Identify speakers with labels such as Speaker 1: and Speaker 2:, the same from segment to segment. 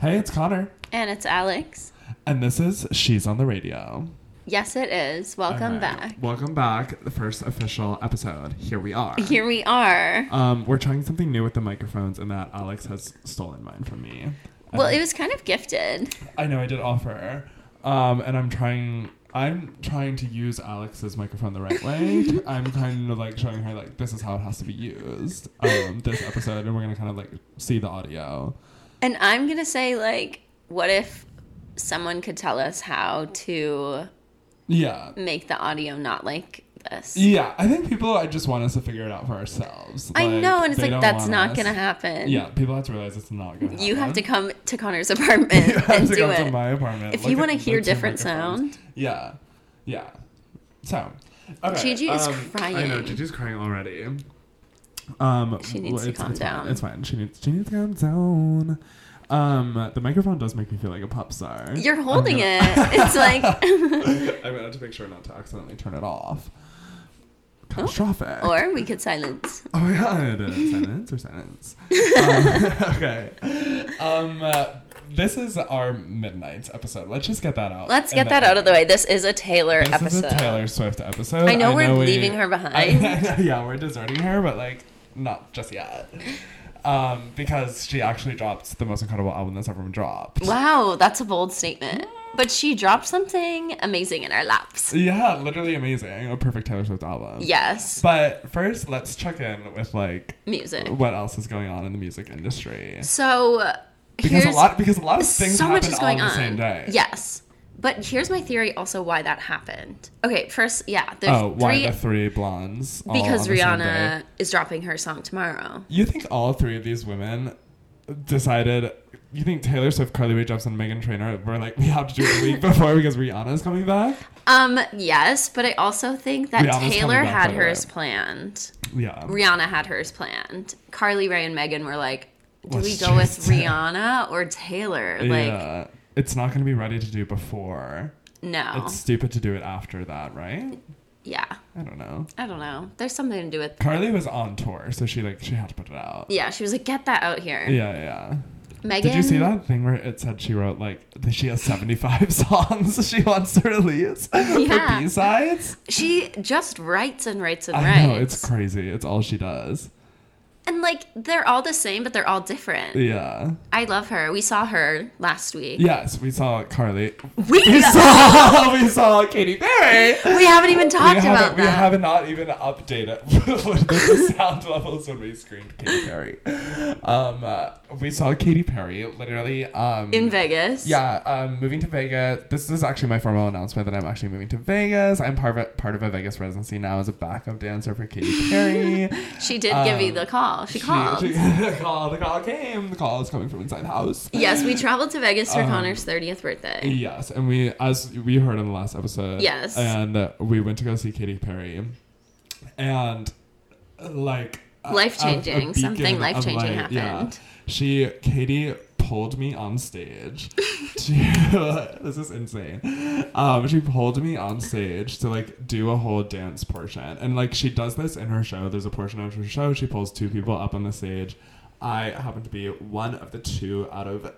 Speaker 1: Hey, it's Connor.
Speaker 2: And it's Alex.
Speaker 1: And this is She's on the Radio.
Speaker 2: Yes, it is. Welcome
Speaker 1: All right.
Speaker 2: back.
Speaker 1: Welcome back. The first official episode. Here we are.
Speaker 2: Here we are.
Speaker 1: Um, we're trying something new with the microphones, and that Alex has stolen mine from me.
Speaker 2: Well,
Speaker 1: And
Speaker 2: it was kind of gifted.
Speaker 1: I know I did offer. Um, and I'm trying. I'm trying to use Alex's microphone the right way. I'm kind of like showing her like this is how it has to be used. Um, this episode, and we're gonna kind of like see the audio.
Speaker 2: And I'm going to say, like, what if someone could tell us how to
Speaker 1: Yeah,
Speaker 2: make the audio not like this?
Speaker 1: Yeah, I think people I just want us to figure it out for ourselves.
Speaker 2: I
Speaker 1: Like,
Speaker 2: know. And it's
Speaker 1: they don't
Speaker 2: like, that's
Speaker 1: want
Speaker 2: not
Speaker 1: us-
Speaker 2: going to happen.
Speaker 1: Yeah, people have to realize it's not gonna.
Speaker 2: You have to
Speaker 1: happen.
Speaker 2: come to Connor's
Speaker 1: You
Speaker 2: apartment
Speaker 1: have
Speaker 2: and
Speaker 1: to
Speaker 2: do
Speaker 1: come
Speaker 2: it.
Speaker 1: to my apartment.
Speaker 2: If
Speaker 1: Look
Speaker 2: you
Speaker 1: at
Speaker 2: wanna
Speaker 1: the
Speaker 2: hear
Speaker 1: two
Speaker 2: different
Speaker 1: microphones.
Speaker 2: sound.
Speaker 1: Yeah, yeah. So, okay, um,
Speaker 2: Gigi is
Speaker 1: I know
Speaker 2: crying.
Speaker 1: Gigi's crying already. Um,
Speaker 2: She needs to
Speaker 1: it's-
Speaker 2: calm
Speaker 1: it's fine,
Speaker 2: down.
Speaker 1: It's fine. She needs. She needs to calm down. Um, the microphone does make me feel like a pop star.
Speaker 2: You're
Speaker 1: I'm
Speaker 2: holding
Speaker 1: gonna-
Speaker 2: it. It's like,
Speaker 1: I'm gonna have to make sure not to accidentally turn it off. Catastrophic.
Speaker 2: or we could silence.
Speaker 1: Oh my god, sentence or sentence? um, okay. Um, uh, this is our midnight's episode. Let's just get that out.
Speaker 2: Let's
Speaker 1: in
Speaker 2: get that out of the way. This is a Taylor
Speaker 1: This
Speaker 2: episode.
Speaker 1: is a Taylor Swift episode.
Speaker 2: I know we're
Speaker 1: we-
Speaker 2: leaving her behind.
Speaker 1: yeah, we're deserting her, but like not just yet. Um, because she actually dropped the most incredible album that's ever been dropped.
Speaker 2: Wow, that's a bold statement. But she dropped something amazing in our laps.
Speaker 1: Yeah, literally amazing. A perfect Taylor Swift album.
Speaker 2: Yes,
Speaker 1: But first, let's check in with like
Speaker 2: music.
Speaker 1: what else is going on in the music industry.
Speaker 2: So
Speaker 1: Because
Speaker 2: here's
Speaker 1: a lot because a lot of things
Speaker 2: so
Speaker 1: happen
Speaker 2: much is going
Speaker 1: all on
Speaker 2: on.
Speaker 1: the same day.
Speaker 2: Yes, but here's my theory also why that happened. Okay, first, yeah, there's
Speaker 1: Oh, why
Speaker 2: three
Speaker 1: the three blondes? all
Speaker 2: because
Speaker 1: on the same day?
Speaker 2: Rihanna is dropping her song tomorrow.
Speaker 1: You think all three of these women decided? You think Taylor Swift, Carly Rae Jepsen, Megan Trainor were like, we have to do it a week before because Rihanna's coming back?
Speaker 2: Um, yes, but I also think that
Speaker 1: Rihanna's coming
Speaker 2: Taylor
Speaker 1: back, by
Speaker 2: had
Speaker 1: the
Speaker 2: hers
Speaker 1: way.
Speaker 2: planned.
Speaker 1: Yeah.
Speaker 2: Rihanna had hers planned. Carly Rae and Megan were like, do
Speaker 1: Let's
Speaker 2: we go with
Speaker 1: just-
Speaker 2: Rihanna or Taylor? Like,
Speaker 1: yeah. It's not going to be ready to do before.
Speaker 2: no.
Speaker 1: It's stupid to do it after that, right?
Speaker 2: Yeah.
Speaker 1: I don't know.
Speaker 2: I don't know. There's something to do with.
Speaker 1: Carly was on tour, so she like she had to put it out.
Speaker 2: Yeah, she was like, "Get that out here."
Speaker 1: Yeah, yeah.
Speaker 2: Megan,
Speaker 1: Did you see that thing where it said she wrote like that she has 75 songs she wants to release
Speaker 2: Yeah.
Speaker 1: for B-sides?
Speaker 2: She just writes and writes and
Speaker 1: I
Speaker 2: writes.
Speaker 1: know, it's crazy. It's all she does.
Speaker 2: and like they're all the same, but they're all different.
Speaker 1: Yeah.
Speaker 2: I love her. We saw her last week.
Speaker 1: Yes, we saw Carly.
Speaker 2: We,
Speaker 1: We saw we saw Katy Perry.
Speaker 2: we haven't even
Speaker 1: We
Speaker 2: talked
Speaker 1: haven't,
Speaker 2: about
Speaker 1: we
Speaker 2: that.
Speaker 1: have not even updated what the sound levels when we screamed Katy Perry. Um, uh, we saw Katy Perry literally um,
Speaker 2: In Vegas.
Speaker 1: Yeah, um, moving to Vegas. This is actually my formal announcement that I'm actually moving to Vegas. I'm part of a, part of a Vegas residency now as a backup dancer for Katy Perry.
Speaker 2: She did give you
Speaker 1: Um,
Speaker 2: the call. She called.
Speaker 1: She, the call, the call came. The call is coming from inside the house.
Speaker 2: yes, we traveled to Vegas
Speaker 1: Um,
Speaker 2: for Connor's 30th birthday.
Speaker 1: Yes, and we as we heard in the last episode.
Speaker 2: Yes.
Speaker 1: and uh, we went to go see Katy Perry, and uh, like a-
Speaker 2: Life-changing,
Speaker 1: a- a beacon
Speaker 2: something life-changing
Speaker 1: of light, yeah.
Speaker 2: happened.
Speaker 1: She Katie pulled me on stage. to, this is insane. Um, she pulled me on stage to like do a whole dance portion, and like she does this in her show. There's a portion of her show. She pulls two people up on the stage. I happen to be one of the two out of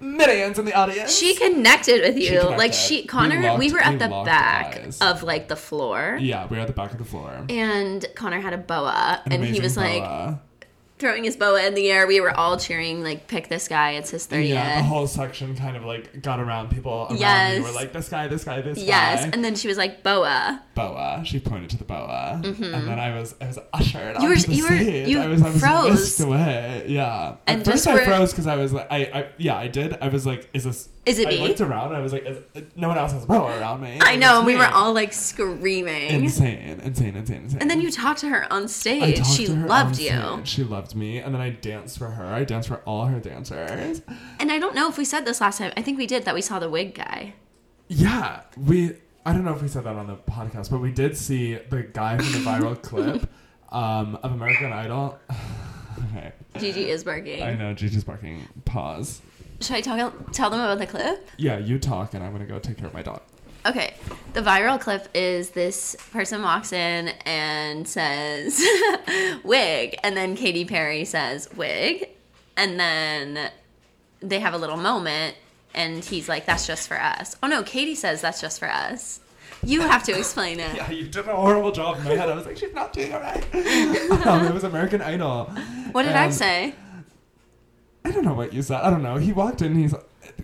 Speaker 1: millions in the audience.
Speaker 2: She connected with you. like
Speaker 1: connected.
Speaker 2: she
Speaker 1: We
Speaker 2: Connor, we,
Speaker 1: locked-
Speaker 2: were at
Speaker 1: we
Speaker 2: the
Speaker 1: locked
Speaker 2: back
Speaker 1: eyes.
Speaker 2: of like the floor.
Speaker 1: Yeah, we were at the back of the floor.
Speaker 2: And Connor had a boa,
Speaker 1: An
Speaker 2: and he
Speaker 1: amazing
Speaker 2: was like,
Speaker 1: boa.
Speaker 2: throwing his boa in the air. We were all cheering, like, pick this guy. It's his 30th.
Speaker 1: yeah, the whole section kind of like got around people around yes.
Speaker 2: Yes.
Speaker 1: were like, this guy, this guy, this
Speaker 2: yes.
Speaker 1: guy.
Speaker 2: And then she was like, boa.
Speaker 1: boa. She pointed to the boa, and then I was I was ushered
Speaker 2: Mm-hmm. You were-
Speaker 1: onto the
Speaker 2: you were-
Speaker 1: stage.
Speaker 2: you
Speaker 1: I was I was
Speaker 2: froze.
Speaker 1: whisked away. Yeah,
Speaker 2: And
Speaker 1: at first
Speaker 2: just
Speaker 1: I
Speaker 2: were-
Speaker 1: froze because I was like, I, I yeah, I did. I was like, is this?
Speaker 2: Is it
Speaker 1: I
Speaker 2: me?
Speaker 1: looked around. And I was like, is, no one else has a boa around me.
Speaker 2: I
Speaker 1: It's
Speaker 2: know. And we
Speaker 1: me.
Speaker 2: were all like screaming.
Speaker 1: insane, insane, insane, insane.
Speaker 2: and then you talked to her on
Speaker 1: I
Speaker 2: stage.
Speaker 1: talked
Speaker 2: She
Speaker 1: to her
Speaker 2: loved
Speaker 1: on
Speaker 2: you.
Speaker 1: stage. She loved me, and then I danced for her. I danced for all her dancers.
Speaker 2: And I don't know if we said this last time. I think we did that we saw the wig guy.
Speaker 1: Yeah, we. I don't know if we said that on the podcast, but we did see the guy from the viral clip um, of American Idol. okay,
Speaker 2: Gigi is
Speaker 1: I
Speaker 2: barking.
Speaker 1: know Gigi's barking. Pause.
Speaker 2: Should I talk, tell them about the clip?
Speaker 1: Yeah, you talk, and I'm gonna go take care of my dog.
Speaker 2: Okay. The viral clip is this person walks in and says wig and then Katy Perry says wig and then they have a little moment and he's like, that's just for us. Oh no, Katie says that's just for us. You have to explain it.
Speaker 1: Yeah, you did a horrible job in my head. I was like, she's not doing it right. um, it was American Idol.
Speaker 2: What did I
Speaker 1: And
Speaker 2: say?
Speaker 1: I don't know what you said. I don't know. He walked in. He's.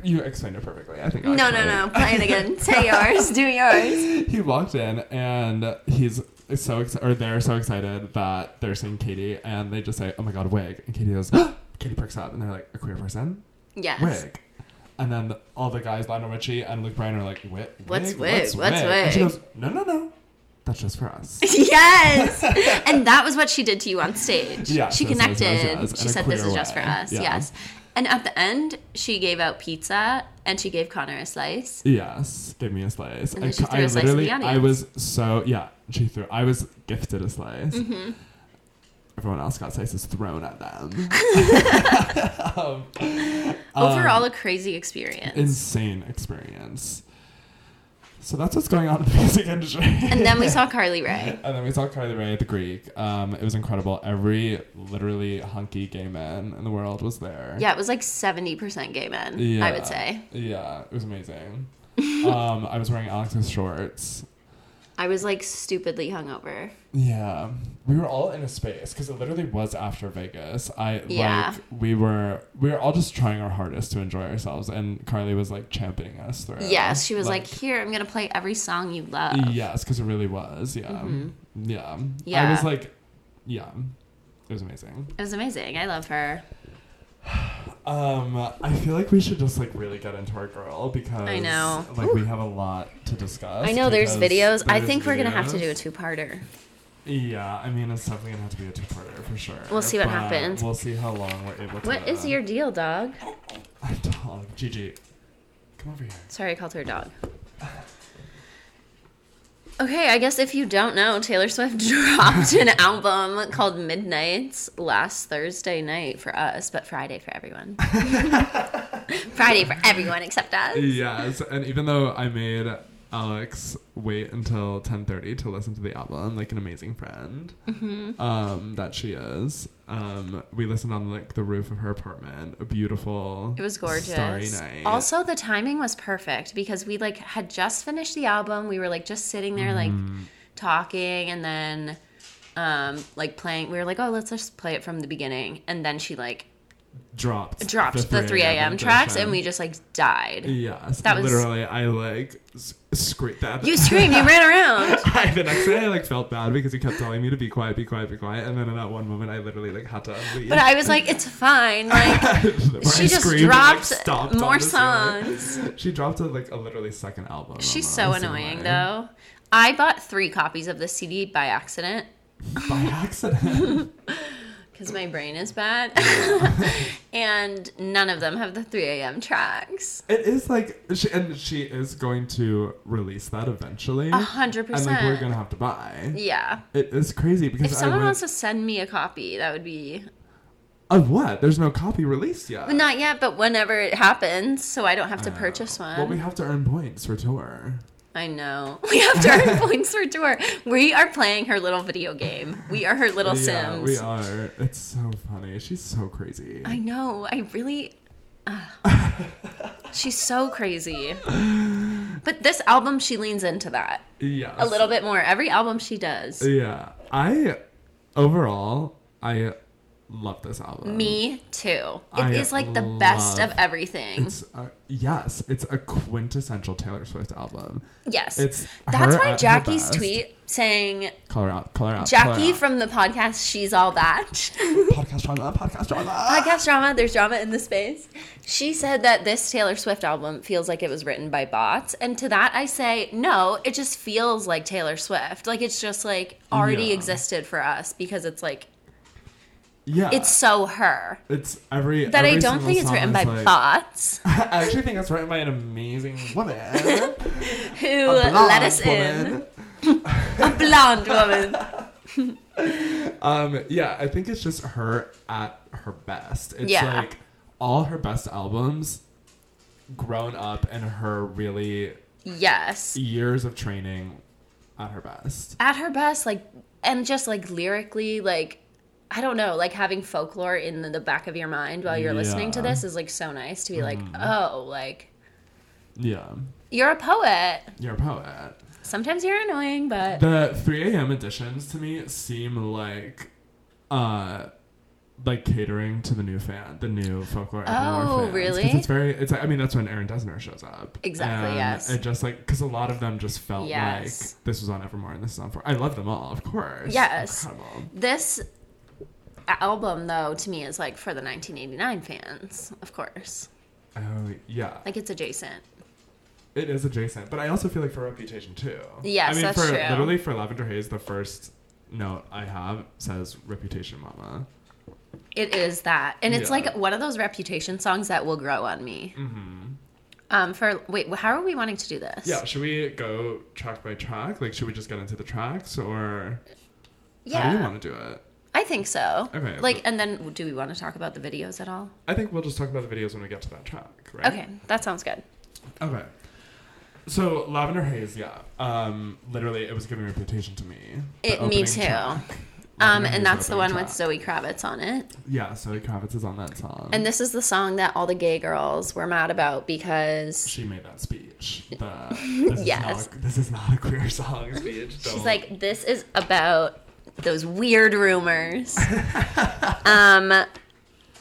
Speaker 1: You explained it perfectly. I think.
Speaker 2: No, no,
Speaker 1: actually.
Speaker 2: no. Play it again. Say yours. Do yours.
Speaker 1: he walked in and he's so ex- or they're so excited that they're seeing Katie and they just say, "Oh my god, wig!" And Katie goes, "Katie perks up," and they're like, "A queer person,
Speaker 2: Yes.
Speaker 1: wig." And then all the guys, Lionel Richie and Luke Bryan, are like, "Wig?
Speaker 2: What's
Speaker 1: wig?
Speaker 2: wig? What's
Speaker 1: And she
Speaker 2: wig?
Speaker 1: goes, "No, no, no, that's just for us."
Speaker 2: Yes. and that was what she did to you on
Speaker 1: Yes,
Speaker 2: stage. she
Speaker 1: yes, yes, yes,
Speaker 2: connected.
Speaker 1: yes, in
Speaker 2: She
Speaker 1: a
Speaker 2: said, This
Speaker 1: queer
Speaker 2: is just for
Speaker 1: way.
Speaker 2: us.
Speaker 1: Yeah.
Speaker 2: Yes. And at the end, she gave out pizza and she gave Connor a slice.
Speaker 1: Yes, give me a slice.
Speaker 2: And
Speaker 1: I,
Speaker 2: then she
Speaker 1: ca-
Speaker 2: threw
Speaker 1: I
Speaker 2: a slice at
Speaker 1: literally,
Speaker 2: the
Speaker 1: I
Speaker 2: audience.
Speaker 1: was so yeah. She threw. I was gifted a slice.
Speaker 2: Mm-hmm.
Speaker 1: Everyone else got slices thrown at them. Um,
Speaker 2: Overall, a crazy experience.
Speaker 1: insane experience. So that's what's going on in the music industry.
Speaker 2: and then we saw Carly Rae.
Speaker 1: And then we saw Carly Rae at the Greek. Um, it was incredible. Every literally hunky gay man in the world was there.
Speaker 2: Yeah, it was like 70% gay men, I
Speaker 1: Yeah.
Speaker 2: would say.
Speaker 1: Yeah, it was amazing. um, I was wearing Alex's shorts.
Speaker 2: I was like stupidly hungover.
Speaker 1: Yeah, we were all in a space because it literally was after Vegas. I
Speaker 2: Yeah.
Speaker 1: like we were we were all just trying our hardest to enjoy ourselves, and Carly was like championing us through.
Speaker 2: Yes, she was like, Here, I'm going to play every song you love.
Speaker 1: Yes, because it really was. Yeah. Yeah. I
Speaker 2: Mm-hmm. Yeah.
Speaker 1: was like, yeah. It was amazing.
Speaker 2: It was amazing. I love her.
Speaker 1: Um, I feel like we should just like really get into our girl because
Speaker 2: I know.
Speaker 1: like we have a lot to discuss.
Speaker 2: I know there's
Speaker 1: because
Speaker 2: videos. I
Speaker 1: there's
Speaker 2: think we're going to have to
Speaker 1: videos.
Speaker 2: do a two parter.
Speaker 1: Yeah, I mean it's definitely gonna have to be a two-parter for sure.
Speaker 2: We'll see what
Speaker 1: but
Speaker 2: happens.
Speaker 1: We'll see how long we're able to.
Speaker 2: What is your deal, dog?
Speaker 1: dog? Gigi, come over here.
Speaker 2: Sorry, I called her a dog. Okay, I guess if you don't know, Taylor Swift dropped an album called Midnights last Thursday night for us, but Friday for everyone. Friday for everyone except us.
Speaker 1: Yes, and even though I made Alex wait until ten thirty to listen to the album, like an amazing friend
Speaker 2: Mm-hmm.
Speaker 1: um, that she is, um, we listened on like the roof of her apartment. A beautiful,
Speaker 2: It was gorgeous.
Speaker 1: starry night.
Speaker 2: Also, the timing was perfect because we like had just finished the album. We were like just sitting there
Speaker 1: Mm.
Speaker 2: like talking and then um like playing we were like, "Oh, let's just play it from the beginning." And then she like
Speaker 1: dropped
Speaker 2: dropped the 3 a.m. tracks and we
Speaker 1: edition.
Speaker 2: just like died.
Speaker 1: yes,
Speaker 2: that was-
Speaker 1: literally I like s- screamed that.
Speaker 2: You screamed, you ran around.
Speaker 1: I, the next day, I like felt bad because he kept telling me to be quiet, be quiet, be quiet, and then in that one moment, I literally like had to leave.
Speaker 2: But I was like, "It's fine." Like she just dropped more songs.
Speaker 1: She dropped a, like a literally second album. uh,
Speaker 2: She's
Speaker 1: almost,
Speaker 2: so
Speaker 1: in a
Speaker 2: annoying
Speaker 1: way.
Speaker 2: though. I bought 3 copies of the CD by accident.
Speaker 1: By accident.
Speaker 2: because my brain is bad. and none of them have the 3 a.m. tracks.
Speaker 1: it is like, she, and she is going to release that eventually.
Speaker 2: A hundred
Speaker 1: And like we're
Speaker 2: percent.
Speaker 1: gonna have to buy.
Speaker 2: Yeah.
Speaker 1: It is crazy because
Speaker 2: If
Speaker 1: I
Speaker 2: someone
Speaker 1: went,
Speaker 2: wants to send me a copy, that would be.
Speaker 1: of what? There's no copy released yet.
Speaker 2: Not yet, but whenever it happens, so I don't have to purchase one.
Speaker 1: Uh, Well, we have to earn points for tour.
Speaker 2: I know. We have to earn points for tour. We are playing her little video game. We are her little
Speaker 1: yeah,
Speaker 2: Sims.
Speaker 1: we are. It's so funny. She's so crazy.
Speaker 2: I know. I really. ah. she's so crazy. But this album, she leans into that
Speaker 1: yeah.
Speaker 2: a little bit more. Every album she does.
Speaker 1: Yeah. I overall I love this album.
Speaker 2: Me too. It is
Speaker 1: I
Speaker 2: like the best
Speaker 1: love-
Speaker 2: of everything.
Speaker 1: It's a, yes, it's a quintessential Taylor Swift album.
Speaker 2: Yes.
Speaker 1: it's
Speaker 2: That's
Speaker 1: her at
Speaker 2: why
Speaker 1: her
Speaker 2: Jackie's
Speaker 1: best.
Speaker 2: tweet saying
Speaker 1: Call her out. Call her out. call her
Speaker 2: Jackie
Speaker 1: out.
Speaker 2: from the podcast She's All That.
Speaker 1: podcast drama. Podcast drama.
Speaker 2: podcast drama, there's drama in the space. She said that this Taylor Swift album feels like it was written by bots. And to that I say, no, it just feels like Taylor Swift. Like it's just like already
Speaker 1: Yeah.
Speaker 2: existed for us because it's like
Speaker 1: Yeah,
Speaker 2: it's so her.
Speaker 1: it's every
Speaker 2: That I
Speaker 1: Uh, every
Speaker 2: don't
Speaker 1: single
Speaker 2: think it's
Speaker 1: song
Speaker 2: written
Speaker 1: is
Speaker 2: by
Speaker 1: like,
Speaker 2: bots
Speaker 1: I actually think it's written by an amazing woman. a
Speaker 2: who
Speaker 1: blonde
Speaker 2: let us in.
Speaker 1: woman.
Speaker 2: A blonde woman.
Speaker 1: Um, yeah, I think it's just her at her best. It's
Speaker 2: Yeah.
Speaker 1: like all her best albums grown up and her really
Speaker 2: Yes.
Speaker 1: years of training at her best.
Speaker 2: At her best, like, and just like lyrically, like, I don't know, like having folklore in the, the back of your mind while you're listening to
Speaker 1: Yeah. Mm-hmm.
Speaker 2: this is like so nice to be like, oh, like
Speaker 1: Yeah.
Speaker 2: you're a poet.
Speaker 1: You're a poet.
Speaker 2: Sometimes you're annoying, but
Speaker 1: The 3 a.m. editions to me seem like, uh, like catering to the new fan, the new folklore.
Speaker 2: Oh,
Speaker 1: Evermore fans. 'Cause
Speaker 2: really?
Speaker 1: It's very. It's. like- I mean, that's when Aaron Dessner shows up.
Speaker 2: Exactly,
Speaker 1: And
Speaker 2: yes.
Speaker 1: It just like because a lot of them just felt
Speaker 2: Yes.
Speaker 1: like this was on Evermore and this is on. For- I love them all, of course.
Speaker 2: Yes.
Speaker 1: Incredible.
Speaker 2: this album though to me is like for the 1989 fans, of course.
Speaker 1: Oh yeah.
Speaker 2: Like it's adjacent.
Speaker 1: It is adjacent, but I also feel like for Reputation too.
Speaker 2: Yes,
Speaker 1: I mean,
Speaker 2: that's
Speaker 1: for,
Speaker 2: true.
Speaker 1: Literally for Lavender Haze, the first note I have says Reputation, Mama.
Speaker 2: It is that. And it's
Speaker 1: Yeah.
Speaker 2: like one of those reputation songs that will grow on me.
Speaker 1: Mm-hmm.
Speaker 2: Um for wait, how are we wanting to do this?
Speaker 1: Yeah, should we go track by track? Like, should we just get into the tracks, or how do you
Speaker 2: Yeah.
Speaker 1: want to do it?
Speaker 2: I think so.
Speaker 1: Okay,
Speaker 2: Like
Speaker 1: but-
Speaker 2: and then do we want to talk about the videos at all?
Speaker 1: I think we'll just talk about the videos when we get to that track, right?
Speaker 2: Okay, that sounds good.
Speaker 1: Okay. So Lavender Haze, yeah. Um, literally, it was giving reputation to me. The
Speaker 2: It- me
Speaker 1: opening
Speaker 2: too.
Speaker 1: track.
Speaker 2: Um,
Speaker 1: Lavender Haze
Speaker 2: and that's the one
Speaker 1: opening track.
Speaker 2: with Zoe Kravitz on it.
Speaker 1: Yeah, Zoe Kravitz is on that song.
Speaker 2: And this is the song that all the gay girls were mad about because
Speaker 1: she made that speech. That this,
Speaker 2: Yes.
Speaker 1: is not a, this is not a queer song speech.
Speaker 2: she's
Speaker 1: don't-
Speaker 2: like, this is about those weird rumors. um,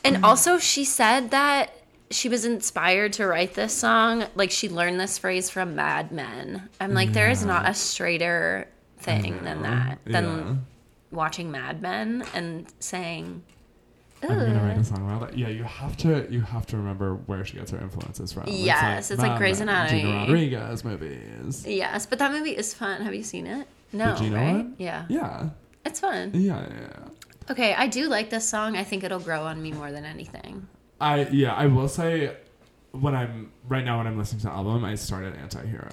Speaker 2: and also, she said that she was inspired to write this song. Like, she learned this phrase from Mad Men. I'm like, there is not a straighter thing than that, than watching Mad Men and saying,
Speaker 1: yeah. I'm gonna write
Speaker 2: "Ugh."
Speaker 1: a song around that. Yeah, you have to you have to remember where she gets her influences from.
Speaker 2: Yes, it's like
Speaker 1: Mad
Speaker 2: Grey's
Speaker 1: Men,
Speaker 2: Anatomy.
Speaker 1: Gina Rodriguez movies.
Speaker 2: Yes, but that movie is fun. Have you seen it? No,
Speaker 1: Gino
Speaker 2: right?
Speaker 1: one?
Speaker 2: Yeah.
Speaker 1: Yeah,
Speaker 2: It's fun.
Speaker 1: yeah, yeah.
Speaker 2: Okay, I do like this song. I think it'll grow on me more than anything.
Speaker 1: I yeah, I will say when I'm right now when I'm listening to the album, I started anti-hero.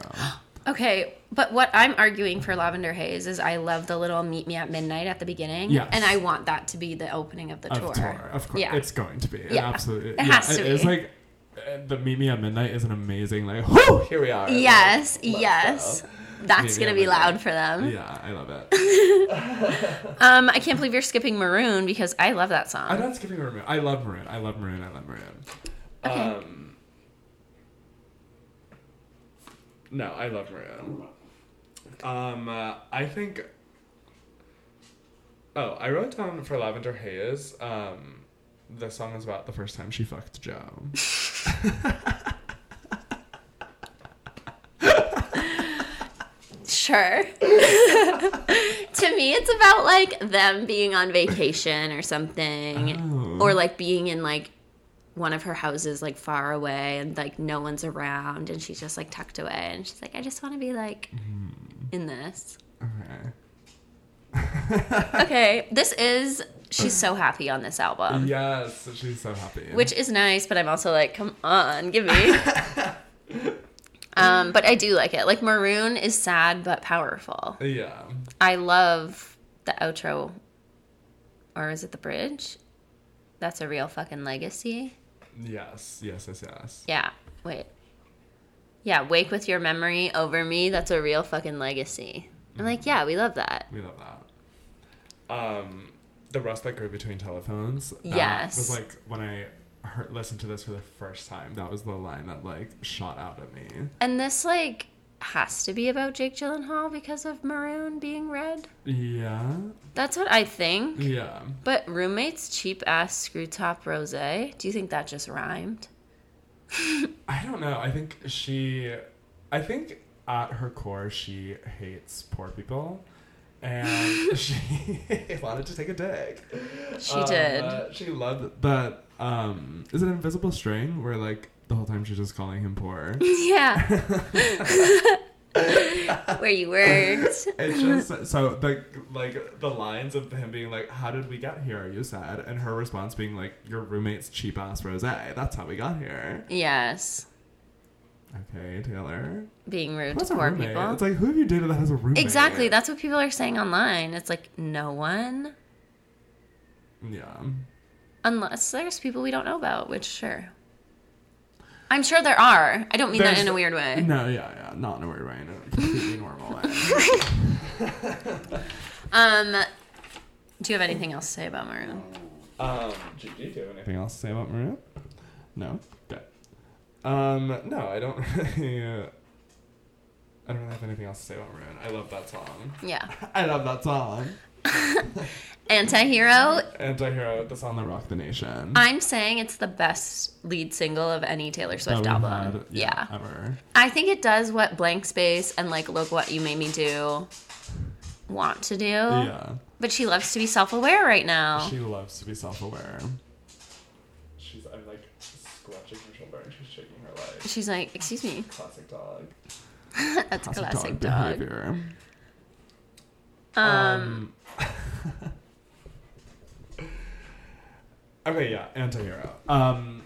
Speaker 2: Okay, but what I'm arguing for Lavender Haze is I love the little Meet Me at Midnight at the beginning.
Speaker 1: Yes.
Speaker 2: And I want that to be the opening of the
Speaker 1: of
Speaker 2: tour.
Speaker 1: tour. Of course,
Speaker 2: Yeah.
Speaker 1: it's going to be. It
Speaker 2: Yeah.
Speaker 1: absolutely.
Speaker 2: It
Speaker 1: yeah,
Speaker 2: has to
Speaker 1: It's
Speaker 2: be.
Speaker 1: like uh, the Meet Me at Midnight is an amazing like. Whoo! Here we are.
Speaker 2: yes,
Speaker 1: Let's
Speaker 2: yes.
Speaker 1: go.
Speaker 2: That's
Speaker 1: Meet Me
Speaker 2: going
Speaker 1: at
Speaker 2: to be
Speaker 1: Midnight.
Speaker 2: loud for them.
Speaker 1: Yeah, I love it.
Speaker 2: Um, I can't believe you're skipping Maroon because I love that song.
Speaker 1: I'm not skipping Maroon. I love Maroon. I love Maroon. I love Maroon.
Speaker 2: Okay.
Speaker 1: Um, no, I love Maroon. Um, uh, I think. Oh, I wrote down for Lavender Haze. Um, the song is about the first time she fucked Joe.
Speaker 2: Sure. to me, it's about like them being on vacation or something,
Speaker 1: Oh.
Speaker 2: or like being in like one of her houses, like far away, and like no one's around, and she's just like tucked away, and she's like, I just want to be like in this.
Speaker 1: Okay.
Speaker 2: Okay, this is she's so happy on this
Speaker 1: Mm-hmm.
Speaker 2: album,
Speaker 1: Yes, she's so happy.
Speaker 2: which is nice, but I'm also like, come on, give me. um, but I do like it. Like Maroon is sad but powerful.
Speaker 1: Yeah.
Speaker 2: I love the outro, or is it the bridge? That's a real fucking legacy.
Speaker 1: Yes. Yes. Yes. Yes.
Speaker 2: Yeah, wait. Yeah, wake with your memory over me. That's a real fucking legacy. I'm like, yeah, we love that.
Speaker 1: We love that. Um, the rust that grew between telephones. That
Speaker 2: Yes.
Speaker 1: Was like when I heard, listened to this for the first time. That was the line that like shot out at me.
Speaker 2: And this like has to be about Jake Gyllenhaal because of maroon being red.
Speaker 1: Yeah.
Speaker 2: That's what I think.
Speaker 1: Yeah.
Speaker 2: But roommate's cheap ass screw top rose. Do you think that just rhymed?
Speaker 1: I don't know. I think she. I think at her core she hates poor people. And she wanted to take a dick.
Speaker 2: She
Speaker 1: Um,
Speaker 2: did.
Speaker 1: uh, she loved that. Um, is it invisible string where like the whole time she's just calling him poor?
Speaker 2: yeah. Where you worked.
Speaker 1: It's just so the like the lines of him being like, "How did we get here? Are you sad?" and her response being like, "Your roommate's cheap ass rosé. That's how we got here."
Speaker 2: Yes.
Speaker 1: Okay, Taylor.
Speaker 2: Being rude
Speaker 1: What's
Speaker 2: to
Speaker 1: a
Speaker 2: poor
Speaker 1: roommate?
Speaker 2: people.
Speaker 1: It's like who have you dated that has a roommate?
Speaker 2: exactly. That's what people are saying online. It's like no one.
Speaker 1: yeah.
Speaker 2: Unless there's people we don't know about, which sure. I'm sure there are. I don't mean that
Speaker 1: There's-
Speaker 2: in a weird way.
Speaker 1: No, yeah, yeah, not in a weird way, in a completely normal way.
Speaker 2: Um Do you have anything else to say about Maroon?
Speaker 1: Um, do, do you have anything else to say about Maria? No. Okay. Um, no, I don't. Really, uh, I don't really have anything else to say about Maroon. I love that song.
Speaker 2: Yeah.
Speaker 1: I love that song.
Speaker 2: Antihero,
Speaker 1: Antihero, the song that rocked the nation.
Speaker 2: I'm saying it's the best lead single of any Taylor
Speaker 1: That
Speaker 2: Swift
Speaker 1: we've
Speaker 2: album.
Speaker 1: had,
Speaker 2: yeah.
Speaker 1: Ever.
Speaker 2: I think it does what Blank Space and like Look What You Made Me Do want to do.
Speaker 1: Yeah.
Speaker 2: But she loves to be self aware right now.
Speaker 1: She loves to be self-aware. She's. I'm like scratching her shoulder and she's shaking her leg.
Speaker 2: She's like, Excuse me.
Speaker 1: Classic dog.
Speaker 2: That's classic dog.
Speaker 1: behavior.
Speaker 2: Um,
Speaker 1: okay, yeah, antihero. Um,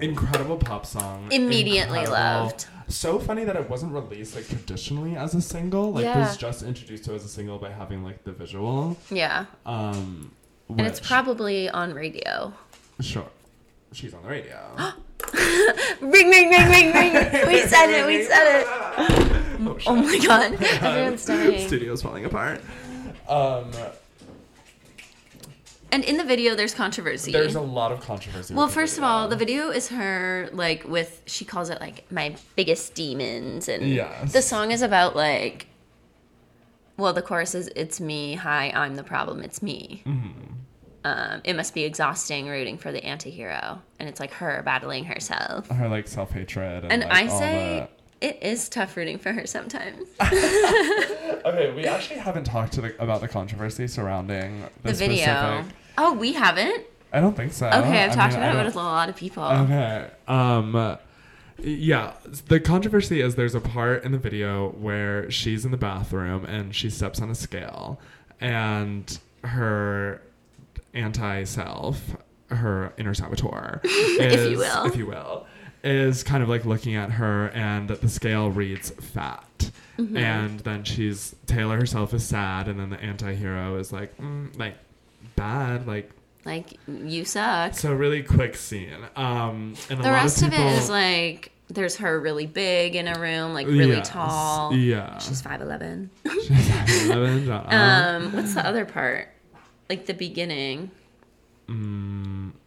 Speaker 1: incredible pop song.
Speaker 2: Immediately loved.
Speaker 1: So funny that it wasn't released like traditionally as a single. Like it
Speaker 2: Yeah.
Speaker 1: was just introduced to as a single by having like the visual.
Speaker 2: yeah.
Speaker 1: Um,
Speaker 2: And it's
Speaker 1: which-
Speaker 2: probably on radio.
Speaker 1: sure. She's on the radio.
Speaker 2: Ring, ring, ring, ring, ring. We said it. We said it.
Speaker 1: oh, shit.
Speaker 2: Oh my god. Everyone's dying.
Speaker 1: Studio's falling apart. Um,
Speaker 2: And in the video, there's controversy.
Speaker 1: there's a lot of controversy. with
Speaker 2: Well,
Speaker 1: the
Speaker 2: first of
Speaker 1: video.
Speaker 2: all, the video is her like with she calls it like my biggest demons, and
Speaker 1: Yes.
Speaker 2: the song is about like. Well, the chorus is "It's me, hi, I'm the problem, it's me."
Speaker 1: Mm-hmm.
Speaker 2: Um, it must be exhausting rooting for the antihero, and it's like her battling herself.
Speaker 1: her like self hatred and,
Speaker 2: And
Speaker 1: like,
Speaker 2: I
Speaker 1: all
Speaker 2: say
Speaker 1: that.
Speaker 2: it is tough rooting for her sometimes.
Speaker 1: Okay, we actually haven't talked to the, about the controversy surrounding
Speaker 2: the
Speaker 1: this
Speaker 2: video.
Speaker 1: Specific.
Speaker 2: Oh, we haven't.
Speaker 1: I don't think so.
Speaker 2: Okay, I've
Speaker 1: I
Speaker 2: talked
Speaker 1: mean, I
Speaker 2: about it
Speaker 1: don't-
Speaker 2: with a lot of people.
Speaker 1: Okay. Um yeah, the controversy is there's a part in the video where she's in the bathroom and she steps on a scale and her anti-self, her inner saboteur,
Speaker 2: If
Speaker 1: is,
Speaker 2: you will.
Speaker 1: if you will, is kind of like looking at her and the scale reads fat.
Speaker 2: Mm-hmm.
Speaker 1: And then she's Taylor herself is sad and then the anti-hero is like mm, like bad like
Speaker 2: Like you suck.
Speaker 1: so really quick scene. Um, and a
Speaker 2: The
Speaker 1: lot
Speaker 2: rest
Speaker 1: of,
Speaker 2: of,
Speaker 1: people,
Speaker 2: it is like there's her really big in a room, like really
Speaker 1: Yes,
Speaker 2: tall.
Speaker 1: Yeah,
Speaker 2: She's five eleven.
Speaker 1: She's 11, shut up.
Speaker 2: Um, what's the other part? Like the beginning. Um,
Speaker 1: Mm,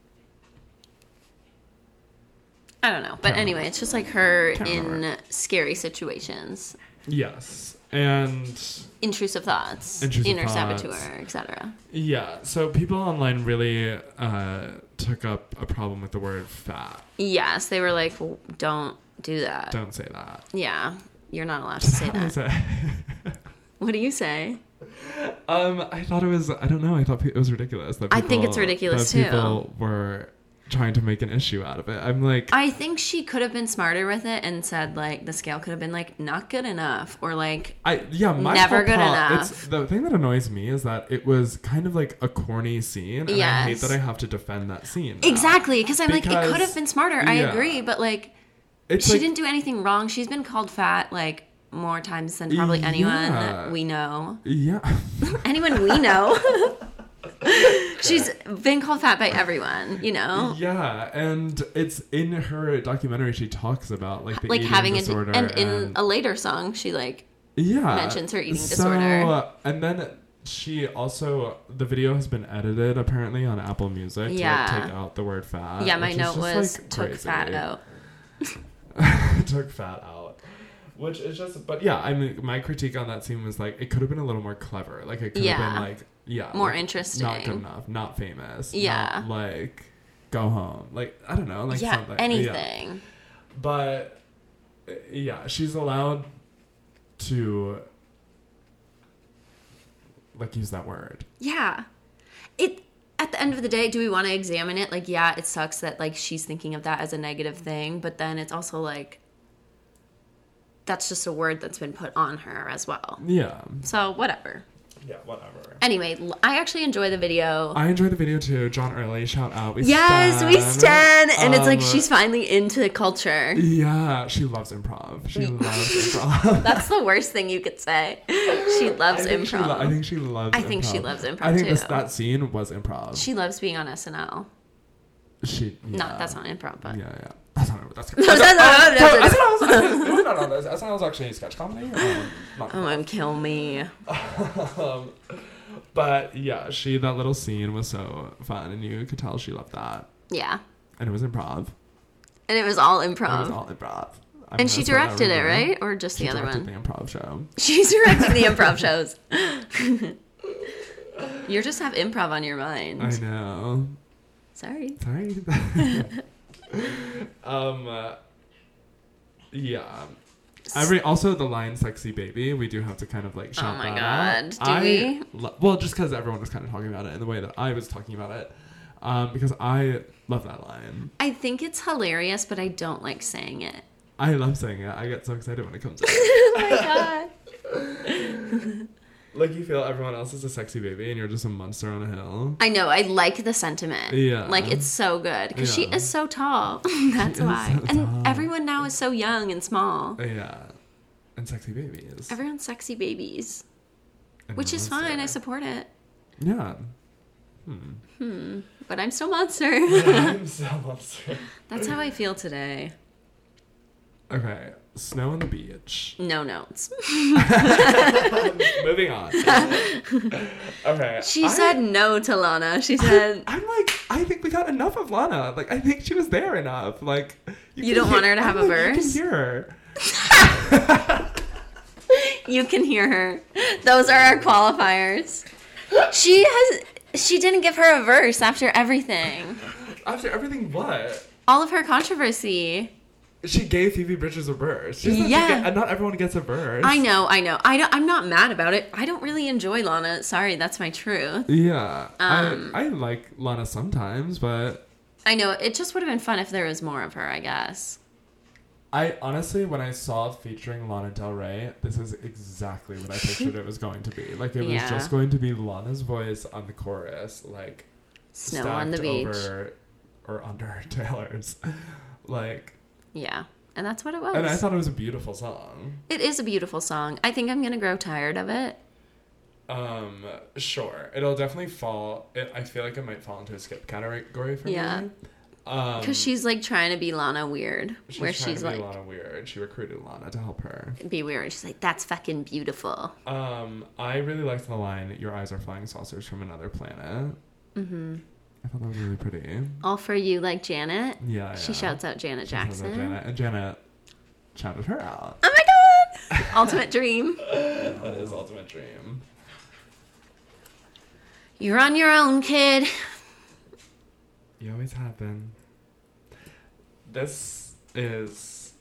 Speaker 2: I don't know, but
Speaker 1: Can't
Speaker 2: anyway, it's just like her
Speaker 1: Can't
Speaker 2: in
Speaker 1: remember.
Speaker 2: scary situations,
Speaker 1: yes, and
Speaker 2: intrusive thoughts,
Speaker 1: Intrusive
Speaker 2: inner
Speaker 1: thoughts.
Speaker 2: saboteur, etc.
Speaker 1: yeah, so people online really uh, took up a problem with the word fat.
Speaker 2: Yes, they were like, "W- "Don't do that."
Speaker 1: Don't say that.
Speaker 2: Yeah, you're not allowed to Uh, say that. What do you say?
Speaker 1: um, I thought it was. I don't know. I thought pe- it was ridiculous. That
Speaker 2: I think it's
Speaker 1: people-
Speaker 2: ridiculous,
Speaker 1: that
Speaker 2: too.
Speaker 1: People were trying to make an issue out of it. I'm like,
Speaker 2: I think she could have been smarter with it and said like the scale could have been like not good enough or like
Speaker 1: I yeah, my
Speaker 2: Never
Speaker 1: whole
Speaker 2: good
Speaker 1: pro-
Speaker 2: enough.
Speaker 1: It's, the thing that annoys me is that it was kind of like a corny scene, and I hate
Speaker 2: Yes.
Speaker 1: that I have to defend that scene. now.
Speaker 2: exactly because I'm like it
Speaker 1: Because-
Speaker 2: could have been smarter. I
Speaker 1: yeah.
Speaker 2: agree, but like
Speaker 1: It's
Speaker 2: she
Speaker 1: like-
Speaker 2: didn't do anything wrong. She's been called fat like more times than probably
Speaker 1: Yeah.
Speaker 2: anyone we know.
Speaker 1: Yeah,
Speaker 2: Anyone we know. She's been called fat by everyone, you know.
Speaker 1: yeah, and it's in her documentary. She talks about like the
Speaker 2: Like
Speaker 1: eating
Speaker 2: having a d-
Speaker 1: disorder,
Speaker 2: and in a later song she like
Speaker 1: yeah
Speaker 2: mentions her eating
Speaker 1: So,
Speaker 2: disorder.
Speaker 1: uh, and then she also the video has been edited apparently on Apple Music. to
Speaker 2: Yeah.
Speaker 1: like, take out the word fat.
Speaker 2: yeah, my
Speaker 1: which is
Speaker 2: note
Speaker 1: just,
Speaker 2: was
Speaker 1: like,
Speaker 2: took
Speaker 1: crazy.
Speaker 2: fat out.
Speaker 1: took fat out. Which is just, but yeah, I mean, my critique on that scene was like, it could have been a little more clever. Like, it could have
Speaker 2: Yeah.
Speaker 1: been like, yeah,
Speaker 2: More
Speaker 1: like, Not
Speaker 2: interesting.
Speaker 1: good enough, not famous. not,
Speaker 2: Yeah.
Speaker 1: like, go home. Like, I don't know. Like,
Speaker 2: yeah,
Speaker 1: something.
Speaker 2: anything.
Speaker 1: But uh, yeah, she's allowed to like use that word.
Speaker 2: Yeah. It at the end of the day, do we want to examine it? Like, yeah, it sucks that like she's thinking of that as a
Speaker 1: Mm-hmm.
Speaker 2: negative thing, but then it's also like that's just a word that's been put on her as well.
Speaker 1: Yeah.
Speaker 2: So whatever.
Speaker 1: Yeah, whatever.
Speaker 2: Anyway, l- I actually enjoy the video.
Speaker 1: I enjoyed the video too. John Early, shout out. We
Speaker 2: yes, we stand, and it's like
Speaker 1: Um,
Speaker 2: she's finally into the culture.
Speaker 1: Yeah, she loves improv. She loves improv.
Speaker 2: That's the worst thing you could say. She loves
Speaker 1: I think she
Speaker 2: improv.
Speaker 1: lo- I think she loves.
Speaker 2: I think she loves improv,
Speaker 1: I think This,
Speaker 2: too.
Speaker 1: that scene was improv.
Speaker 2: she loves being on SNL.
Speaker 1: She. Yeah.
Speaker 2: Not that's not improv, but
Speaker 1: Yeah, yeah. That's not. That's.
Speaker 2: No, that's not- that's not-
Speaker 1: SNL's actually- no, no, no, that's- SNL's actually sketch comedy. Um, not-
Speaker 2: Oh, I'm kill me.
Speaker 1: um, But yeah, she that little scene was so fun, and you could tell she loved that,
Speaker 2: Yeah.
Speaker 1: and it was improv.
Speaker 2: And it was all
Speaker 1: It
Speaker 2: improv.
Speaker 1: was all improv. I mean,
Speaker 2: and she
Speaker 1: that's what I
Speaker 2: directed it,
Speaker 1: remember.
Speaker 2: right? Or just
Speaker 1: She
Speaker 2: the other
Speaker 1: directed
Speaker 2: one?
Speaker 1: the improv show.
Speaker 2: She's directing the improv shows. you just have improv on your mind.
Speaker 1: I know.
Speaker 2: Sorry.
Speaker 1: Sorry. um. uh, yeah. Every also the line "sexy baby" we do have to kind of like shout
Speaker 2: Oh my
Speaker 1: that out.
Speaker 2: God, do
Speaker 1: I
Speaker 2: we?
Speaker 1: lo- well, just because everyone was kind of talking about it in the way that I was talking about it, um, because I love that line.
Speaker 2: I think it's hilarious, but I don't like saying it.
Speaker 1: I love saying it. I get so excited when it comes. out.
Speaker 2: oh my god.
Speaker 1: like you feel everyone else is a sexy baby, and you're just a monster on a hill.
Speaker 2: I know. I like the sentiment.
Speaker 1: Yeah.
Speaker 2: Like it's so good because she
Speaker 1: Yeah.
Speaker 2: is so tall. That's
Speaker 1: is
Speaker 2: why.
Speaker 1: so
Speaker 2: and
Speaker 1: tall.
Speaker 2: everyone now is so young and small.
Speaker 1: Yeah. And sexy babies.
Speaker 2: Everyone's sexy babies,
Speaker 1: And
Speaker 2: which
Speaker 1: a
Speaker 2: is fine. I
Speaker 1: monster.
Speaker 2: support it.
Speaker 1: Yeah. Hmm.
Speaker 2: But I'm still monster.
Speaker 1: I'm so monster.
Speaker 2: That's how I feel today.
Speaker 1: Okay. Snow on the beach.
Speaker 2: No notes.
Speaker 1: Moving on. okay.
Speaker 2: She
Speaker 1: I-
Speaker 2: said no to Lana. She said.
Speaker 1: I'm like, I think we got enough of Lana. Like, I think she was there enough. Like,
Speaker 2: You
Speaker 1: can
Speaker 2: don't want
Speaker 1: hear-
Speaker 2: her to have
Speaker 1: I'm
Speaker 2: a
Speaker 1: like,
Speaker 2: verse?
Speaker 1: You can hear her.
Speaker 2: You can hear her. Those are our qualifiers. She has she didn't give her a verse after everything.
Speaker 1: After everything, what?
Speaker 2: All of her controversy.
Speaker 1: She gave Phoebe Bridges a verse. She said she
Speaker 2: Yeah.
Speaker 1: get- and not everyone gets a verse.
Speaker 2: I know, I know. I don't, I'm not mad about it. I don't really enjoy Lana. Sorry, that's my truth.
Speaker 1: Yeah.
Speaker 2: Um,
Speaker 1: I, I like Lana sometimes, but
Speaker 2: I know. It just would have been fun if there was more of her, I guess.
Speaker 1: I honestly, when I saw featuring Lana Del Rey, this is exactly what I pictured it was going to be. Like, it was
Speaker 2: Yeah.
Speaker 1: just going to be Lana's voice on the chorus, like,
Speaker 2: Snow on the
Speaker 1: stacked
Speaker 2: beach.
Speaker 1: over or under Taylor's. Like,
Speaker 2: Yeah. And that's what it was.
Speaker 1: and I thought it was a beautiful song.
Speaker 2: it is a beautiful song. I think I'm going to grow tired of it.
Speaker 1: Um, sure, it'll definitely fall. It, I feel like it might fall into a skip category for
Speaker 2: Yeah.
Speaker 1: me. Um,
Speaker 2: Because she's like trying to be Lana weird,
Speaker 1: she's
Speaker 2: where
Speaker 1: trying
Speaker 2: she's
Speaker 1: to be
Speaker 2: like,
Speaker 1: Lana weird. She recruited Lana to help her.
Speaker 2: be weird. She's like, that's fucking beautiful.
Speaker 1: Um, I really liked the line "Your eyes are flying saucers from another planet." Mm-hmm. I thought that was really pretty.
Speaker 2: All for you, like Janet.
Speaker 1: Yeah,
Speaker 2: She
Speaker 1: yeah.
Speaker 2: shouts out Janet
Speaker 1: She shouts out
Speaker 2: Jackson.
Speaker 1: Janet, and Janet shouted her out.
Speaker 2: Oh my god! Ultimate dream.
Speaker 1: That is ultimate dream.
Speaker 2: You're on your own, kid.
Speaker 1: You always have been. This is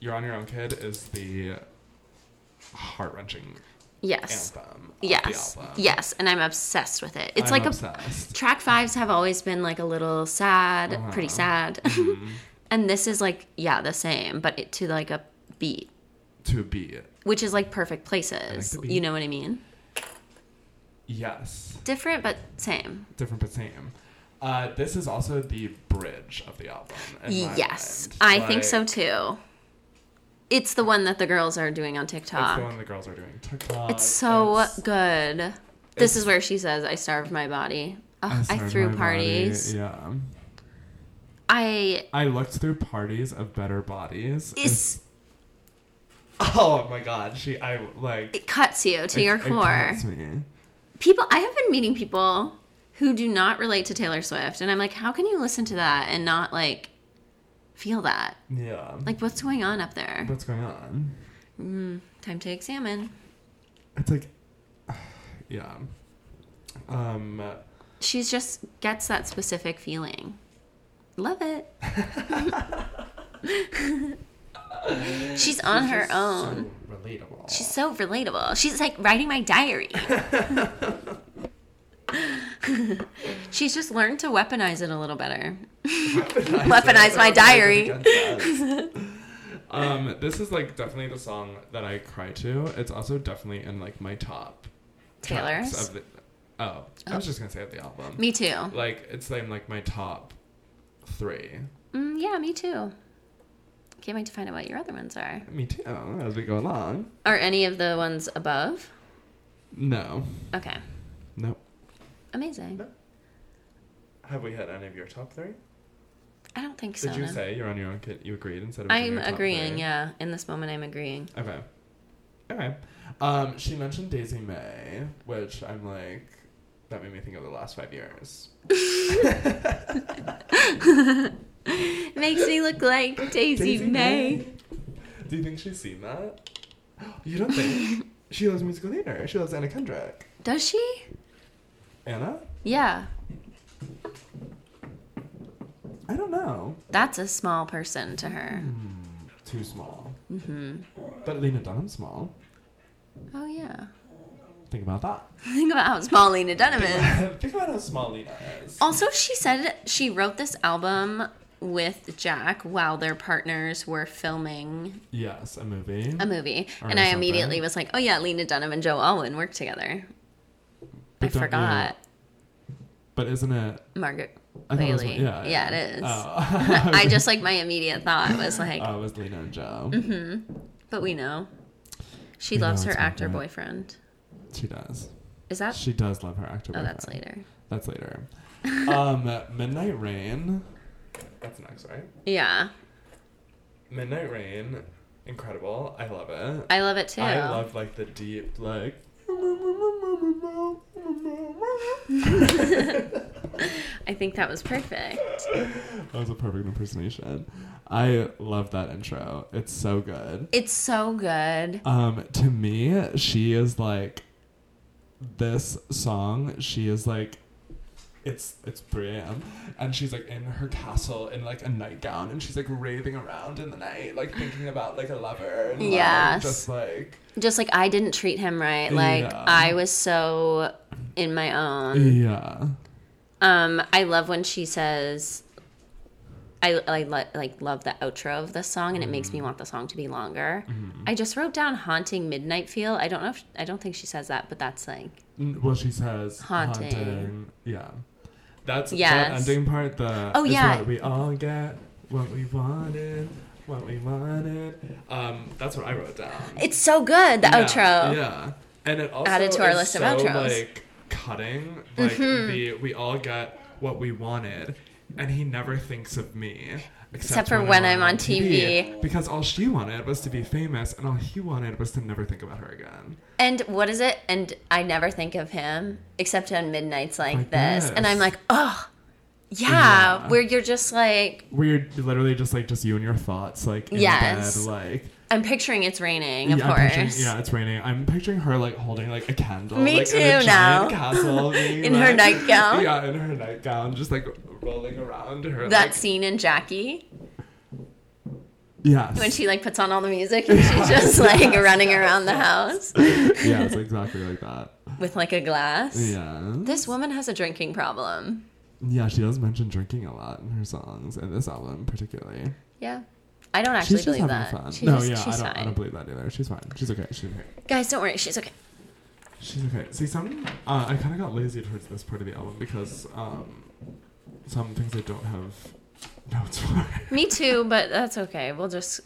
Speaker 1: You're on Your Own Kid is the heart wrenching
Speaker 2: Yes.
Speaker 1: anthem. of
Speaker 2: Yes.
Speaker 1: The album.
Speaker 2: Yes. And I'm obsessed with it.
Speaker 1: I'm
Speaker 2: It's like a
Speaker 1: obsessed.
Speaker 2: track fives have always been like a little sad,
Speaker 1: Uh-huh.
Speaker 2: pretty sad. and this is like, yeah, the same, but it, to like a beat,
Speaker 1: to be.
Speaker 2: which is like perfect places.
Speaker 1: the beat.
Speaker 2: you know what I mean?
Speaker 1: Yes.
Speaker 2: Different, but same.
Speaker 1: Different but same. Uh, this is also the bridge of the album. in my
Speaker 2: yes.
Speaker 1: mind.
Speaker 2: I think so
Speaker 1: Like,
Speaker 2: too. It's the one that the girls are doing on TikTok.
Speaker 1: It's the one the girls are doing. TikTok.
Speaker 2: It's so
Speaker 1: it's-
Speaker 2: good. This
Speaker 1: it's-
Speaker 2: is where she says, "I starved my body. Ugh, I,
Speaker 1: started
Speaker 2: threw
Speaker 1: my body-
Speaker 2: parties.
Speaker 1: Yeah.
Speaker 2: I
Speaker 1: I looked through parties of better bodies.
Speaker 2: it's
Speaker 1: Oh my god, she I like
Speaker 2: it cuts you to
Speaker 1: it-
Speaker 2: your
Speaker 1: it
Speaker 2: core.
Speaker 1: cuts me.
Speaker 2: people, I have been meeting people who do not relate to Taylor Swift, and I'm like, how can you listen to that and not like feel that?
Speaker 1: Yeah.
Speaker 2: Like, what's going on up there?
Speaker 1: what's going on?
Speaker 2: Time to examine."
Speaker 1: It's like yeah. Um
Speaker 2: She's just gets that specific feeling. Love it. She's on
Speaker 1: she's
Speaker 2: her
Speaker 1: just
Speaker 2: own.
Speaker 1: So relatable.
Speaker 2: She's so relatable. She's like writing my diary. She's just learned to weaponize it a little better. weaponize my diary.
Speaker 1: um this is like definitely the song that I cry to. It's also definitely in like my top tracks
Speaker 2: Taylor's.
Speaker 1: of the Oh, I was just going to say of the album.
Speaker 2: Me too.
Speaker 1: Like it's in like my top 3.
Speaker 2: Mm, yeah, me too. Can't wait to find out what your other ones are.
Speaker 1: Me too, as we go along.
Speaker 2: Are any of the ones above?
Speaker 1: No.
Speaker 2: Okay.
Speaker 1: Nope.
Speaker 2: Amazing.
Speaker 1: Have we had any of your top three?
Speaker 2: I don't think so.
Speaker 1: Did you
Speaker 2: no.
Speaker 1: say you're on your own kid? You agreed instead of.
Speaker 2: I'm
Speaker 1: your top
Speaker 2: agreeing,
Speaker 1: three?
Speaker 2: yeah. In this moment, I'm agreeing.
Speaker 1: Okay. Okay. Um, she mentioned Daisy May, which I'm like, that made me think of the last five years.
Speaker 2: Makes me look like Daisy, May.
Speaker 1: Do you think she's seen that? You don't think? she loves musical theater. She loves Anna Kendrick.
Speaker 2: Does she?
Speaker 1: Anna?
Speaker 2: Yeah.
Speaker 1: I don't know.
Speaker 2: That's a small person to her.
Speaker 1: Too small.
Speaker 2: hmm
Speaker 1: But Lena Dunham's small.
Speaker 2: Oh, yeah.
Speaker 1: Think about that.
Speaker 2: Think about how small Lena Dunham is.
Speaker 1: Think about how small Lena is.
Speaker 2: Also, she said she wrote this album with Jack while their partners were filming
Speaker 1: Yes, a movie.
Speaker 2: a movie.
Speaker 1: Or
Speaker 2: and I
Speaker 1: something.
Speaker 2: immediately was like, oh, yeah, Lena Dunham and Joe Alwyn worked together.
Speaker 1: But
Speaker 2: I
Speaker 1: don't you-
Speaker 2: forgot.
Speaker 1: but isn't it?
Speaker 2: Margaret
Speaker 1: I thought it was-
Speaker 2: Bailey.
Speaker 1: yeah, yeah.
Speaker 2: yeah, it is.
Speaker 1: Oh.
Speaker 2: I just like my immediate thought was like,
Speaker 1: Oh, it was Lena and Joe.
Speaker 2: but we know. She
Speaker 1: We know
Speaker 2: loves her
Speaker 1: it's
Speaker 2: actor
Speaker 1: Margaret.
Speaker 2: boyfriend.
Speaker 1: She does.
Speaker 2: Is that?
Speaker 1: She does love her actor.
Speaker 2: Uh, oh, that's
Speaker 1: boyfriend.
Speaker 2: later.
Speaker 1: That's later. um, Midnight Rain. That's next, right?
Speaker 2: Yeah.
Speaker 1: Midnight Rain, incredible. I love it.
Speaker 2: I love it too.
Speaker 1: I love like the deep like.
Speaker 2: I think that was perfect.
Speaker 1: that was a perfect impersonation. I love that intro. It's so good.
Speaker 2: It's so good.
Speaker 1: Um, to me, she is like this song. She is like, it's it's 3 a.m. and she's like in her castle in like a nightgown and she's like raving around in the night, like thinking about like a lover. And, like,
Speaker 2: Yes.
Speaker 1: just like
Speaker 2: Just like I didn't treat him right. Like
Speaker 1: Yeah.
Speaker 2: I was so in my own.
Speaker 1: yeah,
Speaker 2: Um, I love when she says, I, I lo- like love the outro of this song, and it makes me
Speaker 1: Mm-hmm.
Speaker 2: want the song to be longer. I just wrote down "haunting midnight feel." I don't know. If, I don't think she says that, but that's like
Speaker 1: N- well she says
Speaker 2: Haunting.
Speaker 1: Yeah, that's that
Speaker 2: Yes.
Speaker 1: ending part. The
Speaker 2: Oh,
Speaker 1: it's
Speaker 2: yeah.
Speaker 1: what we all get, what we wanted, what we wanted. Um, that's what I wrote down.
Speaker 2: it's so good. The
Speaker 1: Yeah,
Speaker 2: outro.
Speaker 1: Yeah, and it also
Speaker 2: Added to our
Speaker 1: is
Speaker 2: list of
Speaker 1: so,
Speaker 2: outros. Mm-hmm.
Speaker 1: Like cutting, like the we all got what we wanted, and he never thinks of me
Speaker 2: Except for when I'm on TV.
Speaker 1: Because all she wanted was to be famous, and all he wanted was to never think about her again.
Speaker 2: And what is it? And I never think of him except on midnights like,
Speaker 1: Like
Speaker 2: this. And I'm
Speaker 1: this.
Speaker 2: like, oh, yeah,
Speaker 1: Yeah.
Speaker 2: where you're just like,
Speaker 1: We're literally just like just you and your thoughts, like in
Speaker 2: Yes.
Speaker 1: bed, like
Speaker 2: I'm picturing it's raining, of
Speaker 1: yeah, I'm picturing-
Speaker 2: course.
Speaker 1: yeah, it's raining. I'm picturing her like holding like a candle,
Speaker 2: Me
Speaker 1: like, in a giant
Speaker 2: too now.
Speaker 1: castle, being,
Speaker 2: In her
Speaker 1: like-
Speaker 2: nightgown.
Speaker 1: Yeah, in her nightgown, just like rolling around her.
Speaker 2: That
Speaker 1: like,
Speaker 2: scene in Jackie
Speaker 1: Yes.
Speaker 2: when she like puts on all the music and she's just like running around the house
Speaker 1: yeah, it's exactly like that.
Speaker 2: with like a glass.
Speaker 1: Yeah.
Speaker 2: This woman has a drinking problem.
Speaker 1: Yeah, she does mention drinking a lot in her songs, and this album particularly.
Speaker 2: Yeah. I don't actually
Speaker 1: she's just
Speaker 2: believe
Speaker 1: having
Speaker 2: that.
Speaker 1: fun.
Speaker 2: She's
Speaker 1: no,
Speaker 2: just-
Speaker 1: yeah,
Speaker 2: she's
Speaker 1: I don't.
Speaker 2: fine.
Speaker 1: I don't believe that either. She's fine. She's okay. She's okay.
Speaker 2: Guys, don't worry. She's okay.
Speaker 1: She's okay. See, some uh, I kind of got lazy towards this part of the album because um, some things I don't have notes for.
Speaker 2: Me too, but that's okay. We'll just